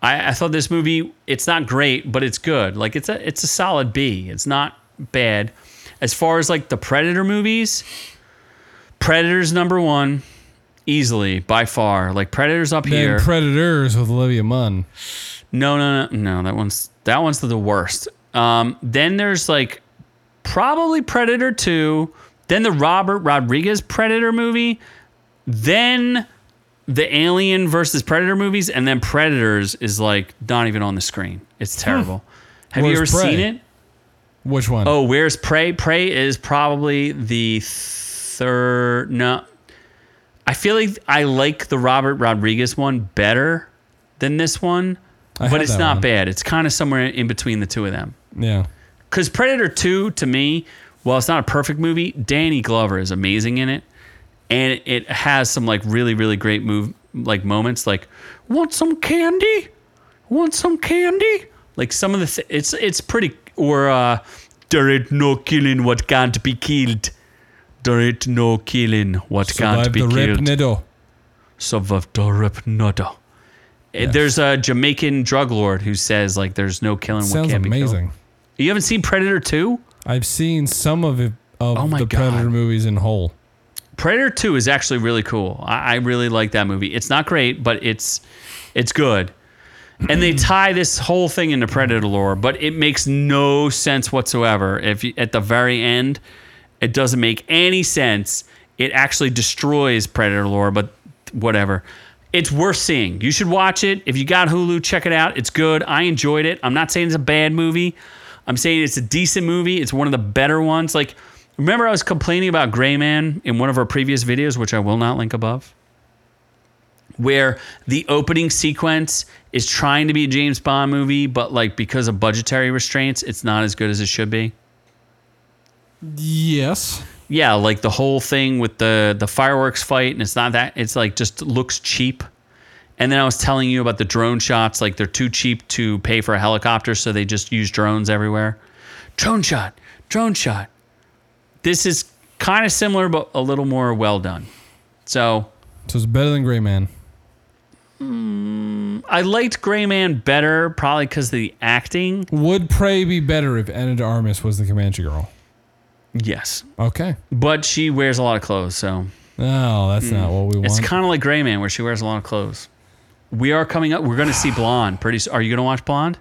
S1: I, I thought this movie it's not great, but it's good. Like it's a it's a solid B. It's not bad. As far as like the Predator movies, Predator's number one, easily by far. Like Predator's up
S2: Then
S1: here.
S2: Predators with Olivia Munn.
S1: no, no, no, no. That one's that one's the worst. Um, then there's like probably Predator two. Then the Robert Rodriguez Predator movie. Then the Alien versus Predator movies, and then Predators is like not even on the screen. It's terrible. Have you ever
S2: Hmm. Where's
S1: seen
S2: Prey?
S1: it?
S2: Which one?
S1: Oh, where's Prey? Prey is probably the third. No, I feel like I like the Robert Rodriguez one better than this one,
S2: I
S1: but
S2: have
S1: it's
S2: that
S1: not
S2: one.
S1: bad. It's kind of somewhere in between the two of them.
S2: Yeah.
S1: Because Predator 2, to me, while it's not a perfect movie, Danny Glover is amazing in it. And it has some like really, really great move like moments like, want some candy? Want some candy? Like some of the th- it's it's pretty or uh there ain't no killing what can't be killed. There ain't no killing what can't
S2: Survive
S1: be
S2: the Rip
S1: killed.
S2: Nido.
S1: Survive Uh, There's a Jamaican drug lord who says like there's no killing what
S2: Sounds
S1: can't be killed.
S2: amazing.
S1: You haven't seen Predator 2?
S2: I've seen some of it, of
S1: Oh my
S2: the
S1: God.
S2: Predator movies in whole.
S1: Predator Two is actually really cool. I, I really like that movie. It's not great, but it's it's good. And they tie this whole thing into Predator lore, but it makes no sense whatsoever. If you, at the very end, it doesn't make any sense. It actually destroys Predator lore, but whatever. It's worth seeing. You should watch it. If you got Hulu, check it out. It's good. I enjoyed it. I'm not saying it's a bad movie. I'm saying it's a decent movie. It's one of the better ones. Like, remember I was complaining about Gray Man in one of our previous videos, which I will not link above? where the opening sequence is trying to be a James Bond movie, but like because of budgetary restraints, it's not as good as it should be.
S2: Yes.
S1: Yeah, like the whole thing with the the fireworks fight, and it's not that. It's like just looks cheap. And then I was telling you about the drone shots, like they're too cheap to pay for a helicopter, so they just use drones everywhere. Drone shot, drone shot. This is kind of similar, but a little more well done. So
S2: So it's better than Gray Man.
S1: I liked Gray Man better, probably because of the acting.
S2: Would Prey be better if Anna de Armas was the Comanche girl?
S1: Yes.
S2: Okay.
S1: But she wears a lot of clothes, so
S2: No, that's not what we want.
S1: Hmm. it's kind of like Gray Man, where she wears a lot of clothes. We are coming up. We're going to see Blonde pretty soon. Are you going to watch Blonde?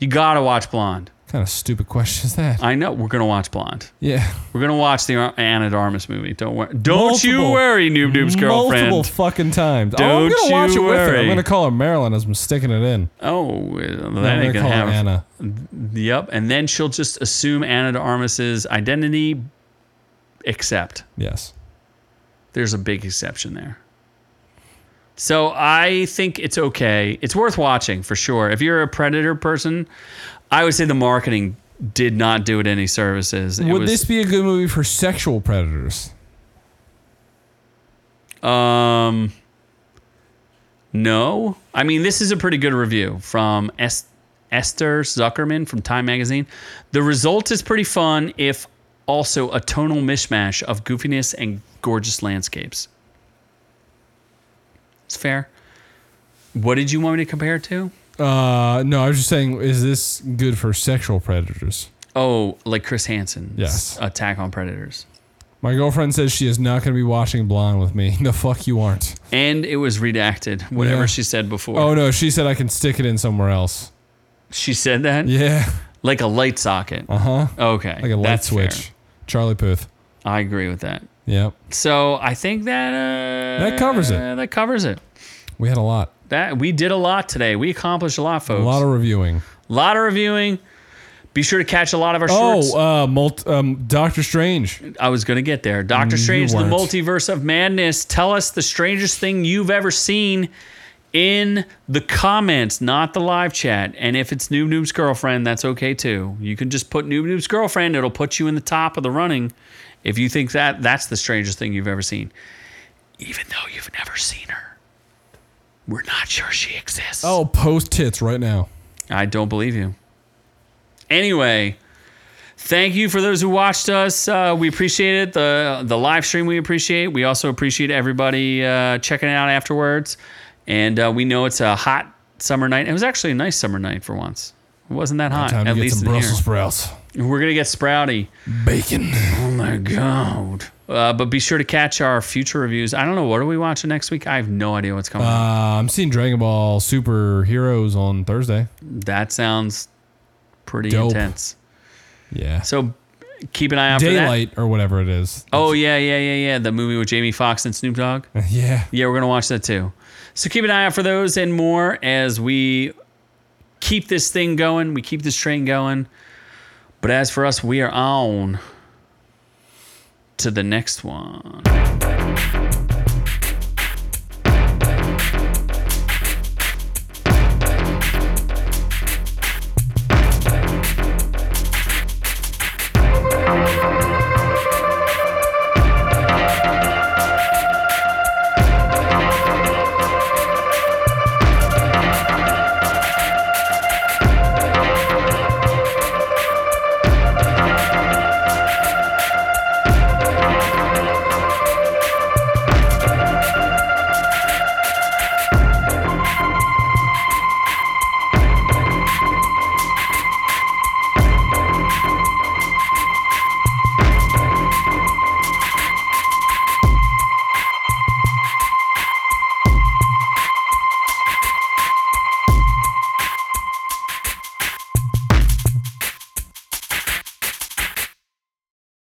S1: You got to watch Blonde.
S2: kind of stupid question is that?
S1: I know. We're going to watch Blonde.
S2: yeah.
S1: We're going to watch the Ar- Anna de Armas movie. Don't worry. Don't you
S2: Multiple-
S1: worry, Noob Noob's girlfriend.
S2: Multiple fucking times. oh, I'm
S1: Don't
S2: gonna watch it
S1: you
S2: with her.
S1: worry.
S2: I'm gonna call her Marilyn as I'm sticking it in.
S1: oh, uh,
S2: I'm
S1: that
S2: gonna
S1: ain't going
S2: call
S1: to
S2: her
S1: happen.
S2: Anna.
S1: Yep. And then she'll just assume Anna de Armas's identity, except.
S2: Yes.
S1: there's a big exception there. So I think it's okay. It's worth watching for sure. If you're a predator person, I would say the marketing did not do it any services. It
S2: Would
S1: was,
S2: this be a good movie for sexual predators?
S1: um no. I mean, this is a pretty good review from es- Esther Zuckerman from Time Magazine. The result is pretty fun, if also a tonal mishmash of goofiness and gorgeous landscapes. It's fair. What did you want me to compare it to?
S2: Uh, no, I was just saying, is this good for sexual predators?
S1: Oh, like Chris Hansen.
S2: Yes.
S1: Attack on Predators.
S2: My girlfriend says she is not going to be watching Blonde with me. The fuck you aren't.
S1: And it was redacted, whatever
S2: Yeah.
S1: she said before.
S2: Oh no, she said I can stick it in somewhere else.
S1: She said that?
S2: Yeah.
S1: Like a light socket.
S2: Uh huh.
S1: Okay.
S2: Like a light
S1: that's fair.
S2: switch. Charlie Puth.
S1: I agree with that.
S2: Yep.
S1: So I think that uh,
S2: That covers it.
S1: That covers it.
S2: We had a lot.
S1: That we did a lot today. We accomplished a lot,
S2: A
S1: folks.
S2: lot of reviewing.
S1: lot of reviewing. Be sure to catch a lot of our shorts.
S2: Oh, uh, multi, um, Doctor Strange.
S1: I was going to get there. Doctor Strange, the
S2: Mm, weren't.
S1: multiverse of madness. Tell us the strangest thing you've ever seen in the comments, not the live chat. And if it's Noob Noob's girlfriend, that's okay too. You can just put Noob Noob's girlfriend, it'll put you in the top of the running if you think that that's the strangest thing you've ever seen. Even though you've never seen her, we're not sure she exists.
S2: Oh, post tits right now.
S1: I don't believe you. Anyway, thank you for those who watched us. Uh, we appreciate it. The the live stream we appreciate. We also appreciate everybody uh, checking it out afterwards. And uh, we know it's a hot summer night. It was actually a nice summer night for once. It wasn't that hot,
S2: Time to
S1: Uh, at
S2: get
S1: least
S2: some
S1: in
S2: Brussels sprouts.
S1: here. We're gonna get sprouty.
S2: Bacon.
S1: Oh my god! Uh, but be sure to catch our future reviews. I don't know what are we watching next week. I have no idea what's coming.
S2: Uh,
S1: up.
S2: I'm seeing Dragon Ball Super Heroes on Thursday.
S1: that sounds pretty
S2: dope.
S1: intense.
S2: Yeah.
S1: So keep an eye out for that.
S2: Daylight or whatever it is.
S1: Oh yeah, yeah, yeah, yeah. The movie with Jamie Foxx and Snoop Dogg.
S2: Yeah.
S1: Yeah, we're gonna watch that too. So keep an eye out for those and more as we keep this thing going. We keep this train going. But as for us, we are on to the next one.